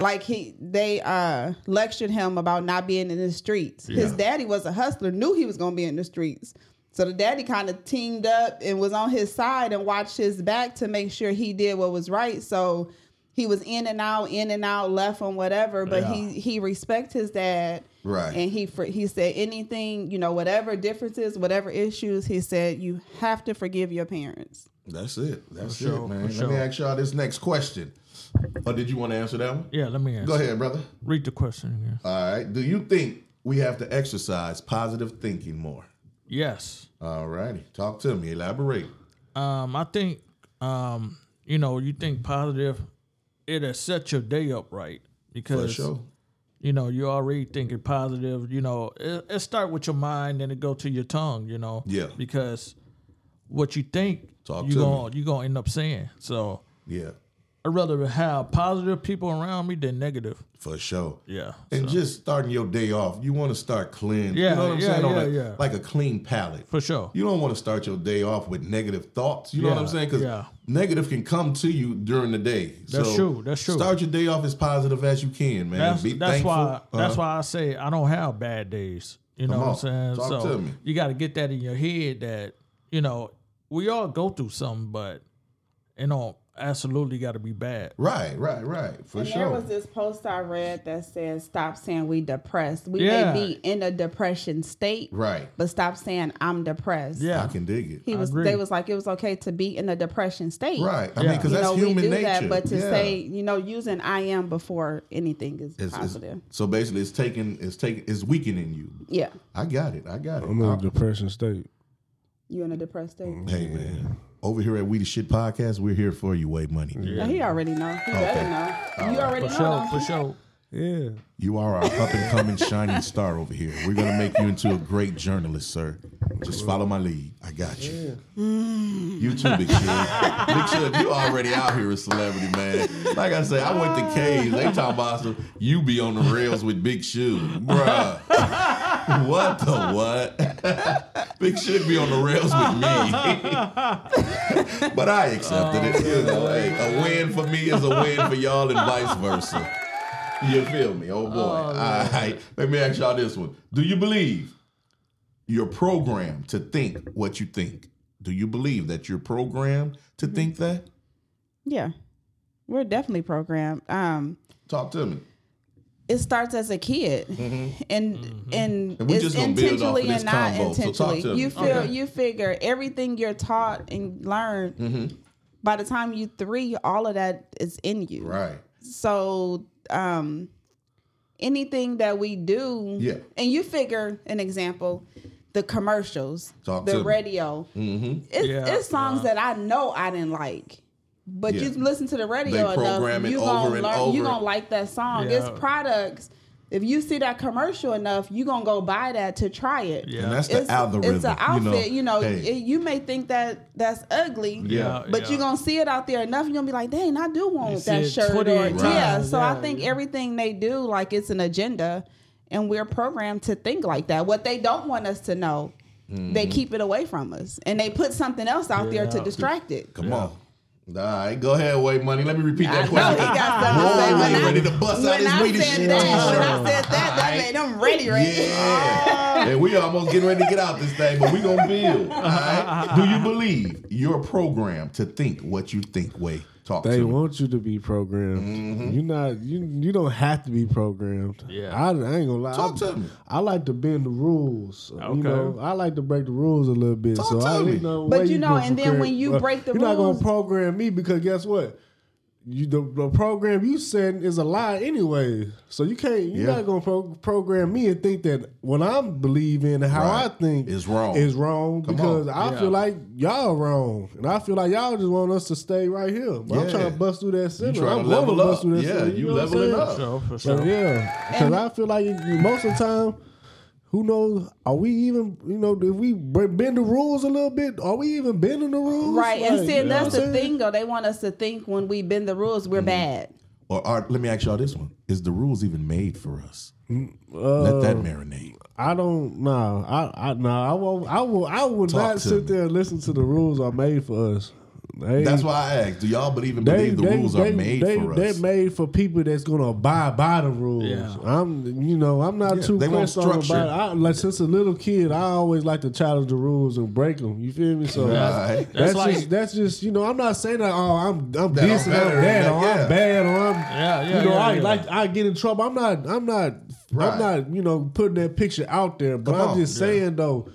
like he they uh lectured him about not being in the streets. His Yeah. daddy was a hustler, knew he was gonna be in the streets. So the daddy kind of teamed up and was on his side and watched his back to make sure he did what was right. So he was in and out, in and out, left and whatever. But he he respect his dad, Right. And he for, he said anything, you know, whatever differences, whatever issues, he said you have to forgive your parents. That's it. That's sure, it, man. Let for me sure. ask y'all this next question. Or did you want to answer that one? Yeah, let me answer. Go ahead, Uh, brother. Read the question again. All right. Do you think we have to exercise positive thinking more? Yes. All righty. Talk to me. Elaborate. Um, I think um, you know, you think positive, it'll set your day up right. For Because sure. you know, you're already thinking positive, you know, it, it start with your mind and it go to your tongue, you know. Yeah. Because what you think Talk you to me. gonna you gonna end up saying. So Yeah. I'd rather have positive people around me than negative. For sure. Yeah. And just starting your day off, you want to start clean. you Yeah, know what I'm yeah, saying? On yeah, a- yeah. Like a clean palette. For sure. You don't want to start your day off with negative thoughts. You know what I'm Yeah, saying? Because yeah. negative can come to you during the day. That's true, that's true. Start your day off as positive as you can, man. That's, Be that's thankful. why that's Uh-huh. why I say I don't have bad days. You know what Come I'm on, saying? talk so to me. you got to get that in your head that you know we all go through something, but you know absolutely got to be bad. Right, right, right. For And sure. there was this post I read that said, "Stop saying we depressed. We Yeah. may be in a depression state, right. but stop saying I'm depressed." Yeah, I can dig it. he was. agree. They was like, it was okay to be in a depression state, Right. I Yeah. mean, because You that's know, human we do nature. that, but to Yeah. say, you know, using I am before anything is It's- it's- positive. so basically, it's taking, it's taking, it's weakening you. yeah. I got it. I got it. I'm in a I- depression state. You in a depressed state? Hey man, over here at We the Shit Podcast, we're here for you. Wait, money. Yeah, he already know. He better know. you already For know. sure, don't for you? sure. Yeah. You are our up and coming shining star over here. We're gonna make you into a great journalist, sir. Just follow my lead. I got you. Mm. You too, Big Shug. Big Shug, you already out here a celebrity, man. Like I said, I went to Caves. They talking about some, you be on the rails with Big Shug, bruh. What the what? Big Shug be on the rails with me. but I accepted it. You know, hey, a win for me is a win for y'all and vice versa. You feel me? Oh boy. All right. Let me ask y'all this one. Do you believe you're programmed to think what you think? Do you believe that you're programmed to Hmm. think that? Yeah, we're definitely programmed. Um, Talk to me. it starts as a kid, and and, Mm-hmm. And we it's just gonna build off of intentionally this and not combo, so talk intentionally. to me. you feel Okay. you figure everything you're taught and learned. Mm-hmm. By the time you three, all of that is in you. Right. So um anything that we do, Yeah. and you figure an example, the commercials, Talk to the me. Mm-hmm. radio. It's, Yeah, it's songs that I know I didn't like. But Yeah. you listen to the They radio enough, program it you over gonna and learn you over. gonna like that song. Yeah. It's products. If you see that commercial enough, you gonna go buy that to try it. Yeah. And that's the It's, algorithm. it's an outfit, you know. Hey, it- you may think that that's ugly, Yeah. but yeah. you're gonna see it out there enough. You're gonna be like, dang, I do want You see that it shirt. Or, 28 Yeah. times. So Yeah, I think yeah. everything they do, like it's an agenda, and we're programmed to think like that. What they don't want us to know, they keep it away from us, and they put something else out there to Mm-hmm. Yeah. distract it. come on. All right, go ahead, wait, money. Let me repeat that I know he question. got something to say. Boy, When we I- ready to bust out When his I weedy shit said that, when I t-shirt. said that, that made them ready, ready. Yeah. and we almost getting ready to get out this thing, but we gonna build. All right. Do you believe you're programmed to think what you think? Way talk They to me. Mm-hmm. want you to be programmed. You're not you you don't have to be programmed. Yeah. I, I ain't gonna lie. Talk I, to me. I like to bend the rules. Okay. You know, I like to break the rules a little bit. Talk so to I me. You know, But way you know, gonna and then prepare- when you uh, break the you're not rules- gonna program me because guess what? You the, the program you send is a lie anyway. So you can't you're Yeah. not gonna pro- program me and think that what I'm believing and how Right. I think Is wrong. Is wrong Come because on. I Yeah. feel like y'all wrong. And I feel like y'all just want us to stay right here. But I'm Yeah. trying to bust through that center. You trying I'm to level wanna up. bust through that Yeah, center, you know what I'm leveling saying? up. For sure, for So sure. yeah, because I feel like you- you- most of the time, who knows? Are we even you know? If we b- bend the rules a little bit, are we even bending the rules? Right, Like, and see, you know that's what I'm the saying? thing, though. They want us to think when we bend the rules, Mm-hmm. we're bad. Or are, let me ask y'all this one: Is the rules even made for us? Mm, Let uh, that marinate. I don't know. I I no. I won't. I will. I will Talk to not sit me. there and listen to the rules are made for us. They- That's why I asked: Do y'all believe and They, believe the they- rules they- are made they- for They're us? made for people that's gonna abide by the rules. Yeah. I'm, you know, I'm not Yeah, too they want pressed on structure. about. it. I, like since a little kid, I always like to challenge the rules and break them. You feel me? So Right. That's That's, like- just that's just you know I'm not saying that oh I'm I'm That I'm this and better I'm than that that, or yeah. I'm bad or I'm Yeah, yeah, you know yeah, I yeah. like I get in trouble I'm not I'm not Right. I'm not you know putting that picture out there but Come I'm on. just saying though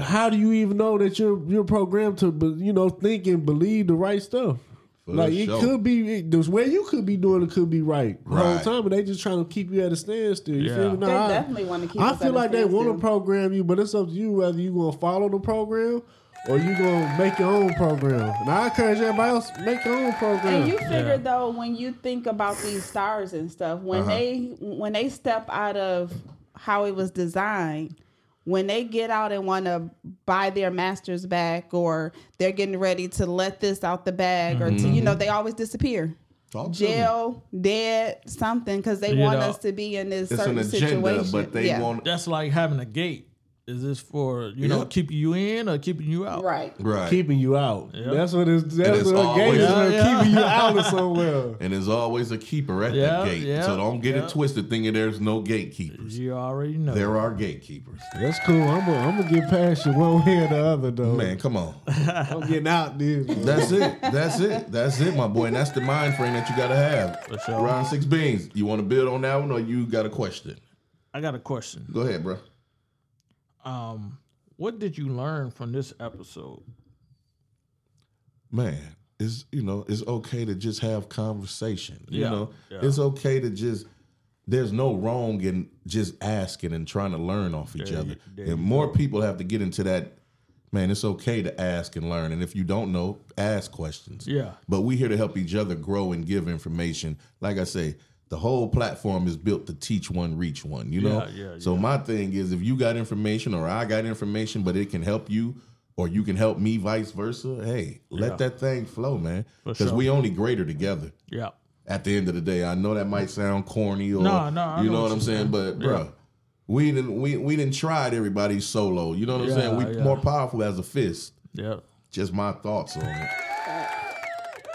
how do you even know that you're you're programmed to be- you know think and believe the right stuff For like sure. it could be it, the way you could be doing it could be right the whole Right. time but they just trying to keep you at a standstill you Yeah. feel me They Nah, I- definitely want to keep. I us feel at a like they want to standstill. program you, but it's up to you whether you gonna follow the program or you gonna make your own program. And I encourage everybody else make your own program. And you figure though, when you think about these stars and stuff, when Uh-huh. they when they step out of how it was designed, when they get out and want to buy their masters back, or they're getting ready to let this out the bag, or to, you Mm-hmm. know, they always disappear. Talk to me. Jail, dead, something, because they You want know, us to be in this It's certain an agenda, situation. but they Yeah. want That's like having a gate. Is this for you Yeah. know keeping you in or keeping you out? right. right. keeping you out. That's what it's. That's it's what always- game is Yeah, yeah. keeping you out of somewhere. and there's always a keeper at Yeah, that gate, yeah, so don't get yeah. it twisted. Thinking there's no gatekeepers. You already know. There are gatekeepers. That's cool. I'm gonna I'm gonna get past you one way or the other though. Man, come on. I'm getting out dude. That's it. That's it. That's it, my boy. And that's the mind frame that you gotta have. For sure. Round six beans. You want to build on that one, or you got a question? I got a question. Go ahead, bro. Um, what did you learn from this episode? Man, it's you know it's okay to just have conversation. You Yeah. know, Yeah. it's okay to just. There's no wrong in just asking and trying to learn off each other. And more people have to get into that man, it's okay to ask and learn. And if you don't know, ask questions. Yeah. But we here to help each other grow and give information. Like I say, the whole platform is built to teach one, reach one. You know. Yeah, yeah, so my thing is, if you got information or I got information, but it can help you. Or you can help me, vice versa. Hey, let that thing flow, man. Because we only greater together Yeah. at the end of the day. I know that might sound corny or No, no, I you know know, what what I'm you mean. saying, but Yeah. bruh, we didn't we we didn't tried everybody's solo. You know what I'm Yeah, saying? We yeah. more powerful as a fist. Yeah. Just my thoughts on it.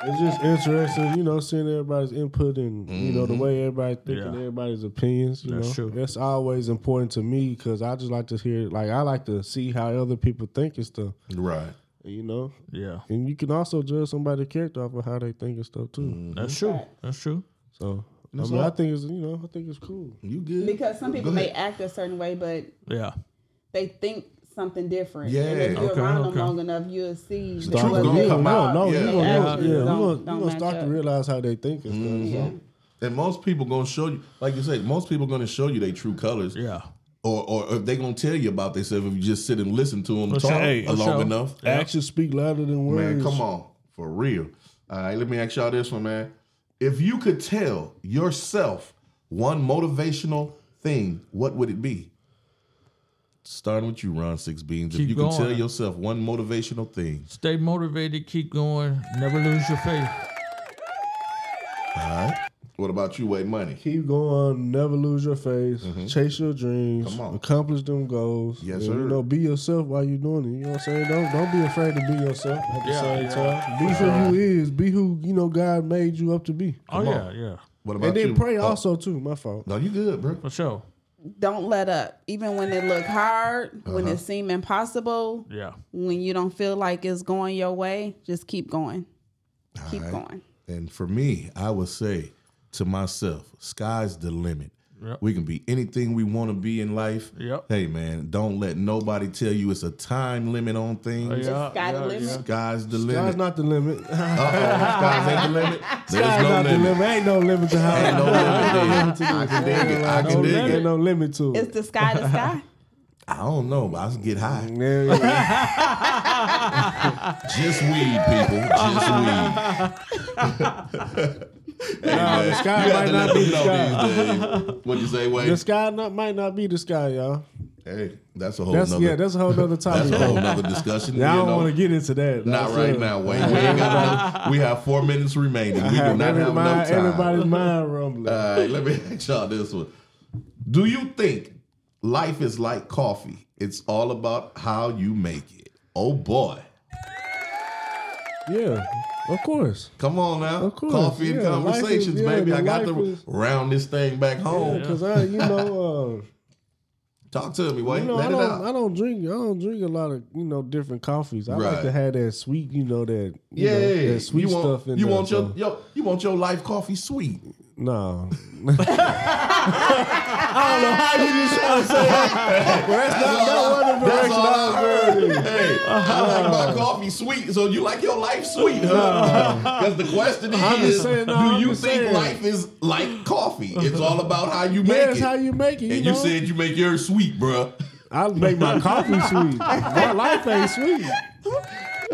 It's just interesting, you know, seeing everybody's input and you know the Mm-hmm. way everybody thinking, Yeah. everybody's opinions. You That's know, true. that's always important to me because I just like to hear, like I like to see how other people think and stuff. Right. You know, Yeah. and you can also judge somebody's character off of how they think and stuff too. Mm. That's true. That's true. So I mean, I think it's you know, I think it's cool. You good? Because some people may act a certain way, but Yeah. they think something different. Yeah. And if you're Okay, around okay. them long enough, you'll see The truth gonna You come gonna- out. No, Yeah. you gonna, Yeah. yeah, you Don't- gonna, don't you gonna match start to up. realize how they think and stuff. Mm-hmm. so. And most people gonna show you, like you said, most people gonna show you their true colors. Yeah. Or or if they gonna tell you about themselves if you just sit and listen to them sure. talk Hey, for long sure. enough. Actions speak louder than words. Man, come on. For real. All right, let me ask y'all this one, man. If you could tell yourself one motivational thing, what would it be? Starting with you, Ron Six Beans. if Keep you could tell going. yourself one motivational thing, Stay motivated. Keep going. Never lose your faith. all right? What about you, Way Money? Keep going. Never lose your face. Chase your dreams. Mm-hmm. Come on. Accomplish them goals. and, Yes, sir. You know, be yourself while you're doing it. You know what I'm saying? Don't don't be afraid to be yourself at the Yeah, same yeah. time. Be who you is. Be who you know God made you up to be. Oh yeah. Yeah. What about And you? then pray Oh, also too. My fault. No, you good, bro. For sure. don't let up. Even when it look hard, when Uh-huh. it seem impossible, Yeah. when you don't feel like it's going your way, just keep going. Keep going. And for me, I would say to myself, sky's the limit. Yep. We can be anything we want to be in life. Yep. Hey, man, don't let nobody tell you it's a time limit on things. Yeah. sky the yeah, limit. yeah. Sky's the God's limit. not the limit. God's Sky's ain't the limit. There's no not the limit. limit. Ain't no limit to how Ain't no limit. there. I can dig it. I can no, dig ain't it. no limit to It's it. the sky the sky. I don't know, but I can get high. Yeah. Just weed, people. Just weed. Nah, the You sky have might to let not be them the sky. know these days. What you say, The Wade? sky not, might not be the sky, y'all. Hey, that's a whole That's nother. yeah, that's a whole nother topic. Oh, that's a whole nother discussion. Yeah, I you don't know? want to get into that. Not That's right it. now, Wayne. We ain't got enough. We have four minutes remaining. We I do have not every have mind- enough time. Uh, Everybody's mind rumbling. All right, let me ask y'all this one. Do you think life is like coffee? It's all about how you make it. Oh boy. yeah, of course. Come on now. Of course, coffee and yeah. Life is- conversations, yeah, baby. the I got life to is- round this thing back home. Because I, you know, Talk to me, uh, Wayne. you know, Let I it don't, I out. don't drink, I don't drink a lot of, you know, different coffees. I Right. like to have that sweet, you know, that, you Yeah, know, that sweet you want, stuff in you there. want your, so- your you want your life coffee sweet. no, That's all, that's all I heard. Hey, I like my coffee sweet. So you like your life sweet, huh? Because the question I'm is, just saying, no, do I'm you just saying. think life is like coffee? It's all about how you make yeah, that's it. how you make it. You and know? you said you make yours sweet, bruh. I make my coffee sweet. My life ain't sweet.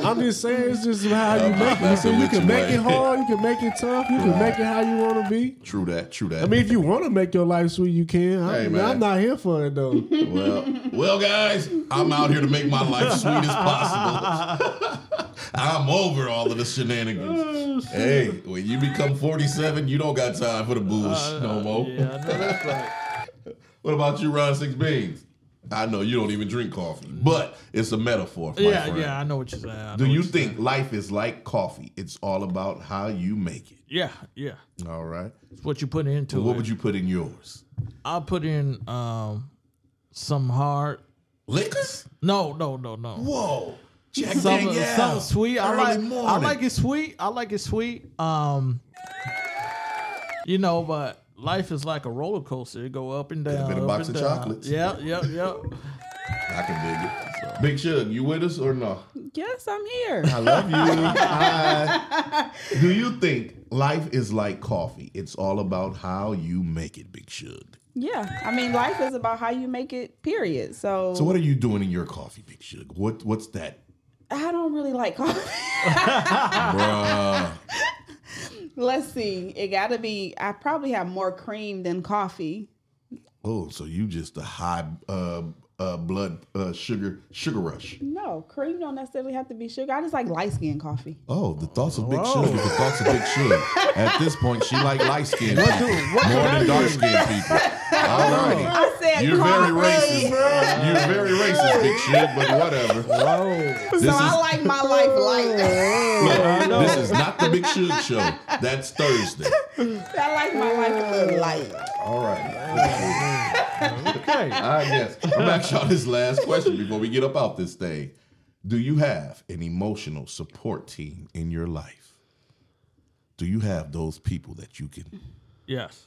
I'm just saying, it's just how you make it. messing So you with you, can make man. it hard, you can make it tough, you can make it how you want to be. True that. True that. I mean, if you want to make your life sweet, you can. Hey, I'm, man. I'm not here for it though. well, well, guys, I'm out here to make my life sweet as possible. I'm over all of the Oh, shenanigans. Hey, when you become 47, you don't got time for the bullshit Uh, no more. Uh, Yeah. I know that's right. What about you, Ron Six Beans? I know you don't even drink coffee, but it's a metaphor. My Yeah. friend. Yeah. I know what you're saying. I Do know you what you're think saying. life is like coffee? It's all about how you make it. Yeah. Yeah. All right. It's what you put into What it. would you put in yours? I'll put in um some hard. Liquors? No. No. No. No. Whoa. Jack Something, Danielle. something sweet. I Early like. I morning. like it sweet. I like it sweet. Um, you know, but life is like a roller coaster. It go up and down. been a up box and of down. chocolates. Yep, yep, yep. I can dig it. Big Shug, you with us or no? Yes, I'm here. I love you. Hi. Do you think life is like coffee? It's all about how you make it, Big Shug. Yeah, I mean, life is about how you make it. Period. So, So what are you doing in your coffee, Big Shug? What what's that? I don't really like coffee. Bruh. Let's see. It got to be. I probably have more cream than coffee. Oh, so you just a high uh uh blood uh sugar sugar rush. No, cream don't necessarily have to be sugar. I just like light skin coffee. Oh, the thoughts of Big Shug is the thoughts of Big Shug. At this point, she like light skinned people more than dark skinned people. Oh, All Oh, right. I said You're very coffee. racist. You're very racist, Big Shug, but whatever. Oh, This so I is- like my life light. Look, this is not the Big Shug show. That's Thursday. I like my life a little light. All right. Okay. I guess. I'm asking y'all this last question before we get up out this thing. Do you have an emotional support team in your life? Do you have those people that you can? Yes.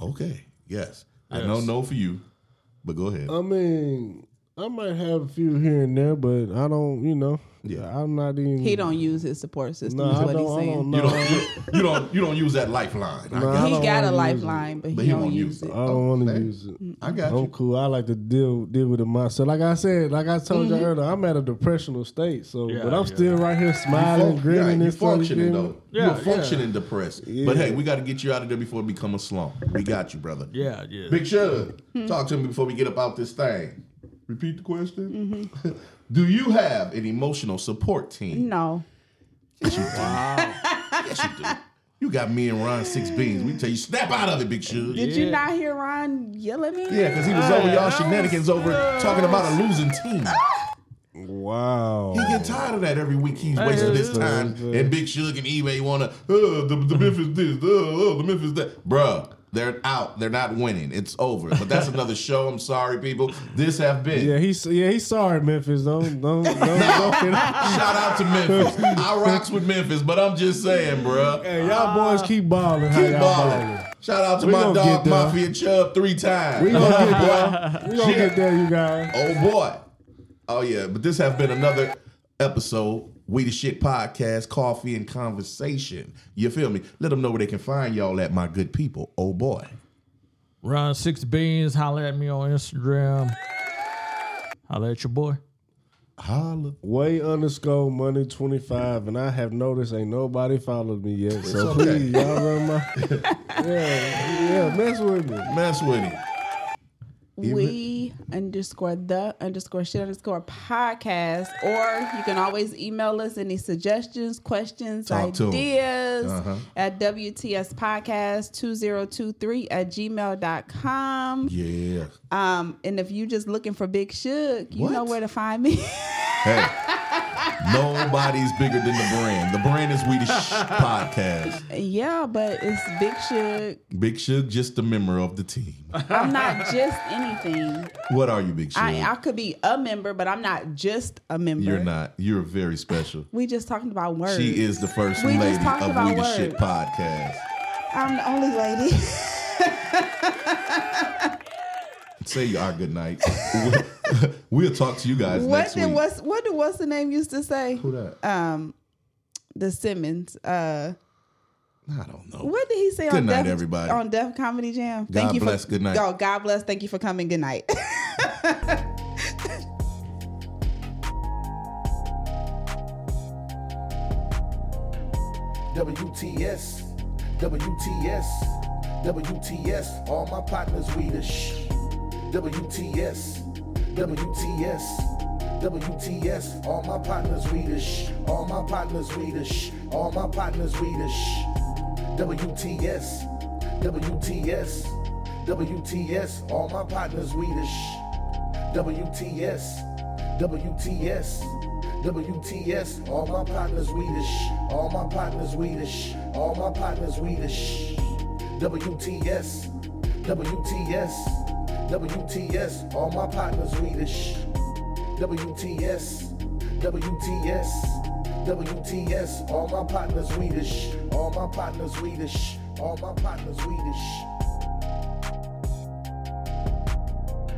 Okay, yes. I know Yes. Oh, no for you, but go ahead. I mean, I might have a few here and there, but I don't. You know, Yeah. I'm not even. He don't use his support system. No, is I what he's don't. I saying. don't you know. don't. You, you don't. You don't use that lifeline. No, I got, I he don't got wanna a use lifeline, but he, but he don't won't use it. I don't want to Okay. use it. I got I'm you. cool. I like to deal deal with it myself. Like I said, like I told you earlier, I'm at a depressional state. So, Yeah, but I'm yeah. still right here Mm-hmm. You smiling, func- yeah, grinning, you and stuff. you functioning feel me? though. Yeah, You're functioning depressed. But hey, we got to get you out of there before it become a slump. We got you, brother. Yeah, yeah. Big Shug, talk to me before we get up out this thing. Repeat the question. do you have an emotional support team? Mm-hmm. No. Yes, you do. yes, you do. You got me and Ron Six Beans. We tell you, snap out of it, Big Shug. Did you Yeah. not hear Ron yell at me? Yeah, because he was over y'all shenanigans over talking about a losing team. Wow. He get tired of that every week. He's wasting his time. And Big Shug and eBay want to, uh, the, Mm-hmm. the Memphis this, uh, uh, the Memphis that. Bruh, they're out. They're not winning. It's over. But that's another show. I'm sorry, people. This have been. Yeah, he's yeah he's sorry, Memphis. Don't don't don't. don't Shout out to Memphis. I rocks with Memphis, but I'm just saying, bruh. hey, y'all boys keep balling. How Ah. Keep y'all balling. balling. Shout out to We my gonna dog get there. Mafia Chubb three times. We gonna get boy. We gonna get there, you guys. Oh boy. Oh yeah. But this has been another episode. We the shit podcast, coffee and conversation. You feel me? Let them know where they can find y'all at, my good people. Oh boy. Ron Six Beans, holler at me on Instagram. Holler at your boy. Holla. Way underscore money twenty five, and I have noticed ain't nobody followed me yet. So okay. please, y'all run my yeah yeah mess with me. Mess with him. we underscore the underscore shit underscore podcast or you can always email us any suggestions questions Talk to 'em. ideas Uh-huh. at wts podcast 2023 at gmail.com Yeah. um and if you just looking for big shook you know What? where to find me Hey. Nobody's bigger than the brand. The brand is We the Shit Podcast. yeah but it's big shook Big Shug, just a member of the team. i'm not just anything What are you, Big Shug? i i could be a member but i'm not just a member You're not. You're very special. we just talking about words She is the first We just lady talked of about We the Shit words. Podcast. i'm the only lady Say our good night. we'll talk to you guys What next did week. what's what did what's the name used to say? Who that? Um, the Simmons. Uh, I don't know. what did he say Good on night, Def, everybody. on Def Comedy Jam? God bless, For, good night. Oh, God bless. Thank you for coming. Good night. WTS, WTS, WTS. All my partners, we the sh. WTS, WTS, WTS. All my partners, we the sh. All my partners, we the sh. All my partners, we the sh. WTS, WTS, WTS. All my partners, we the sh. WTS, WTS, WTS. All my partners Swedish. All my partners Swedish. All my partners Swedish. WTS, WTS, WTS. All my partners Swedish. WTS, WTS, WTS. All my partners Swedish. All my partners Swedish. All my partners Swedish.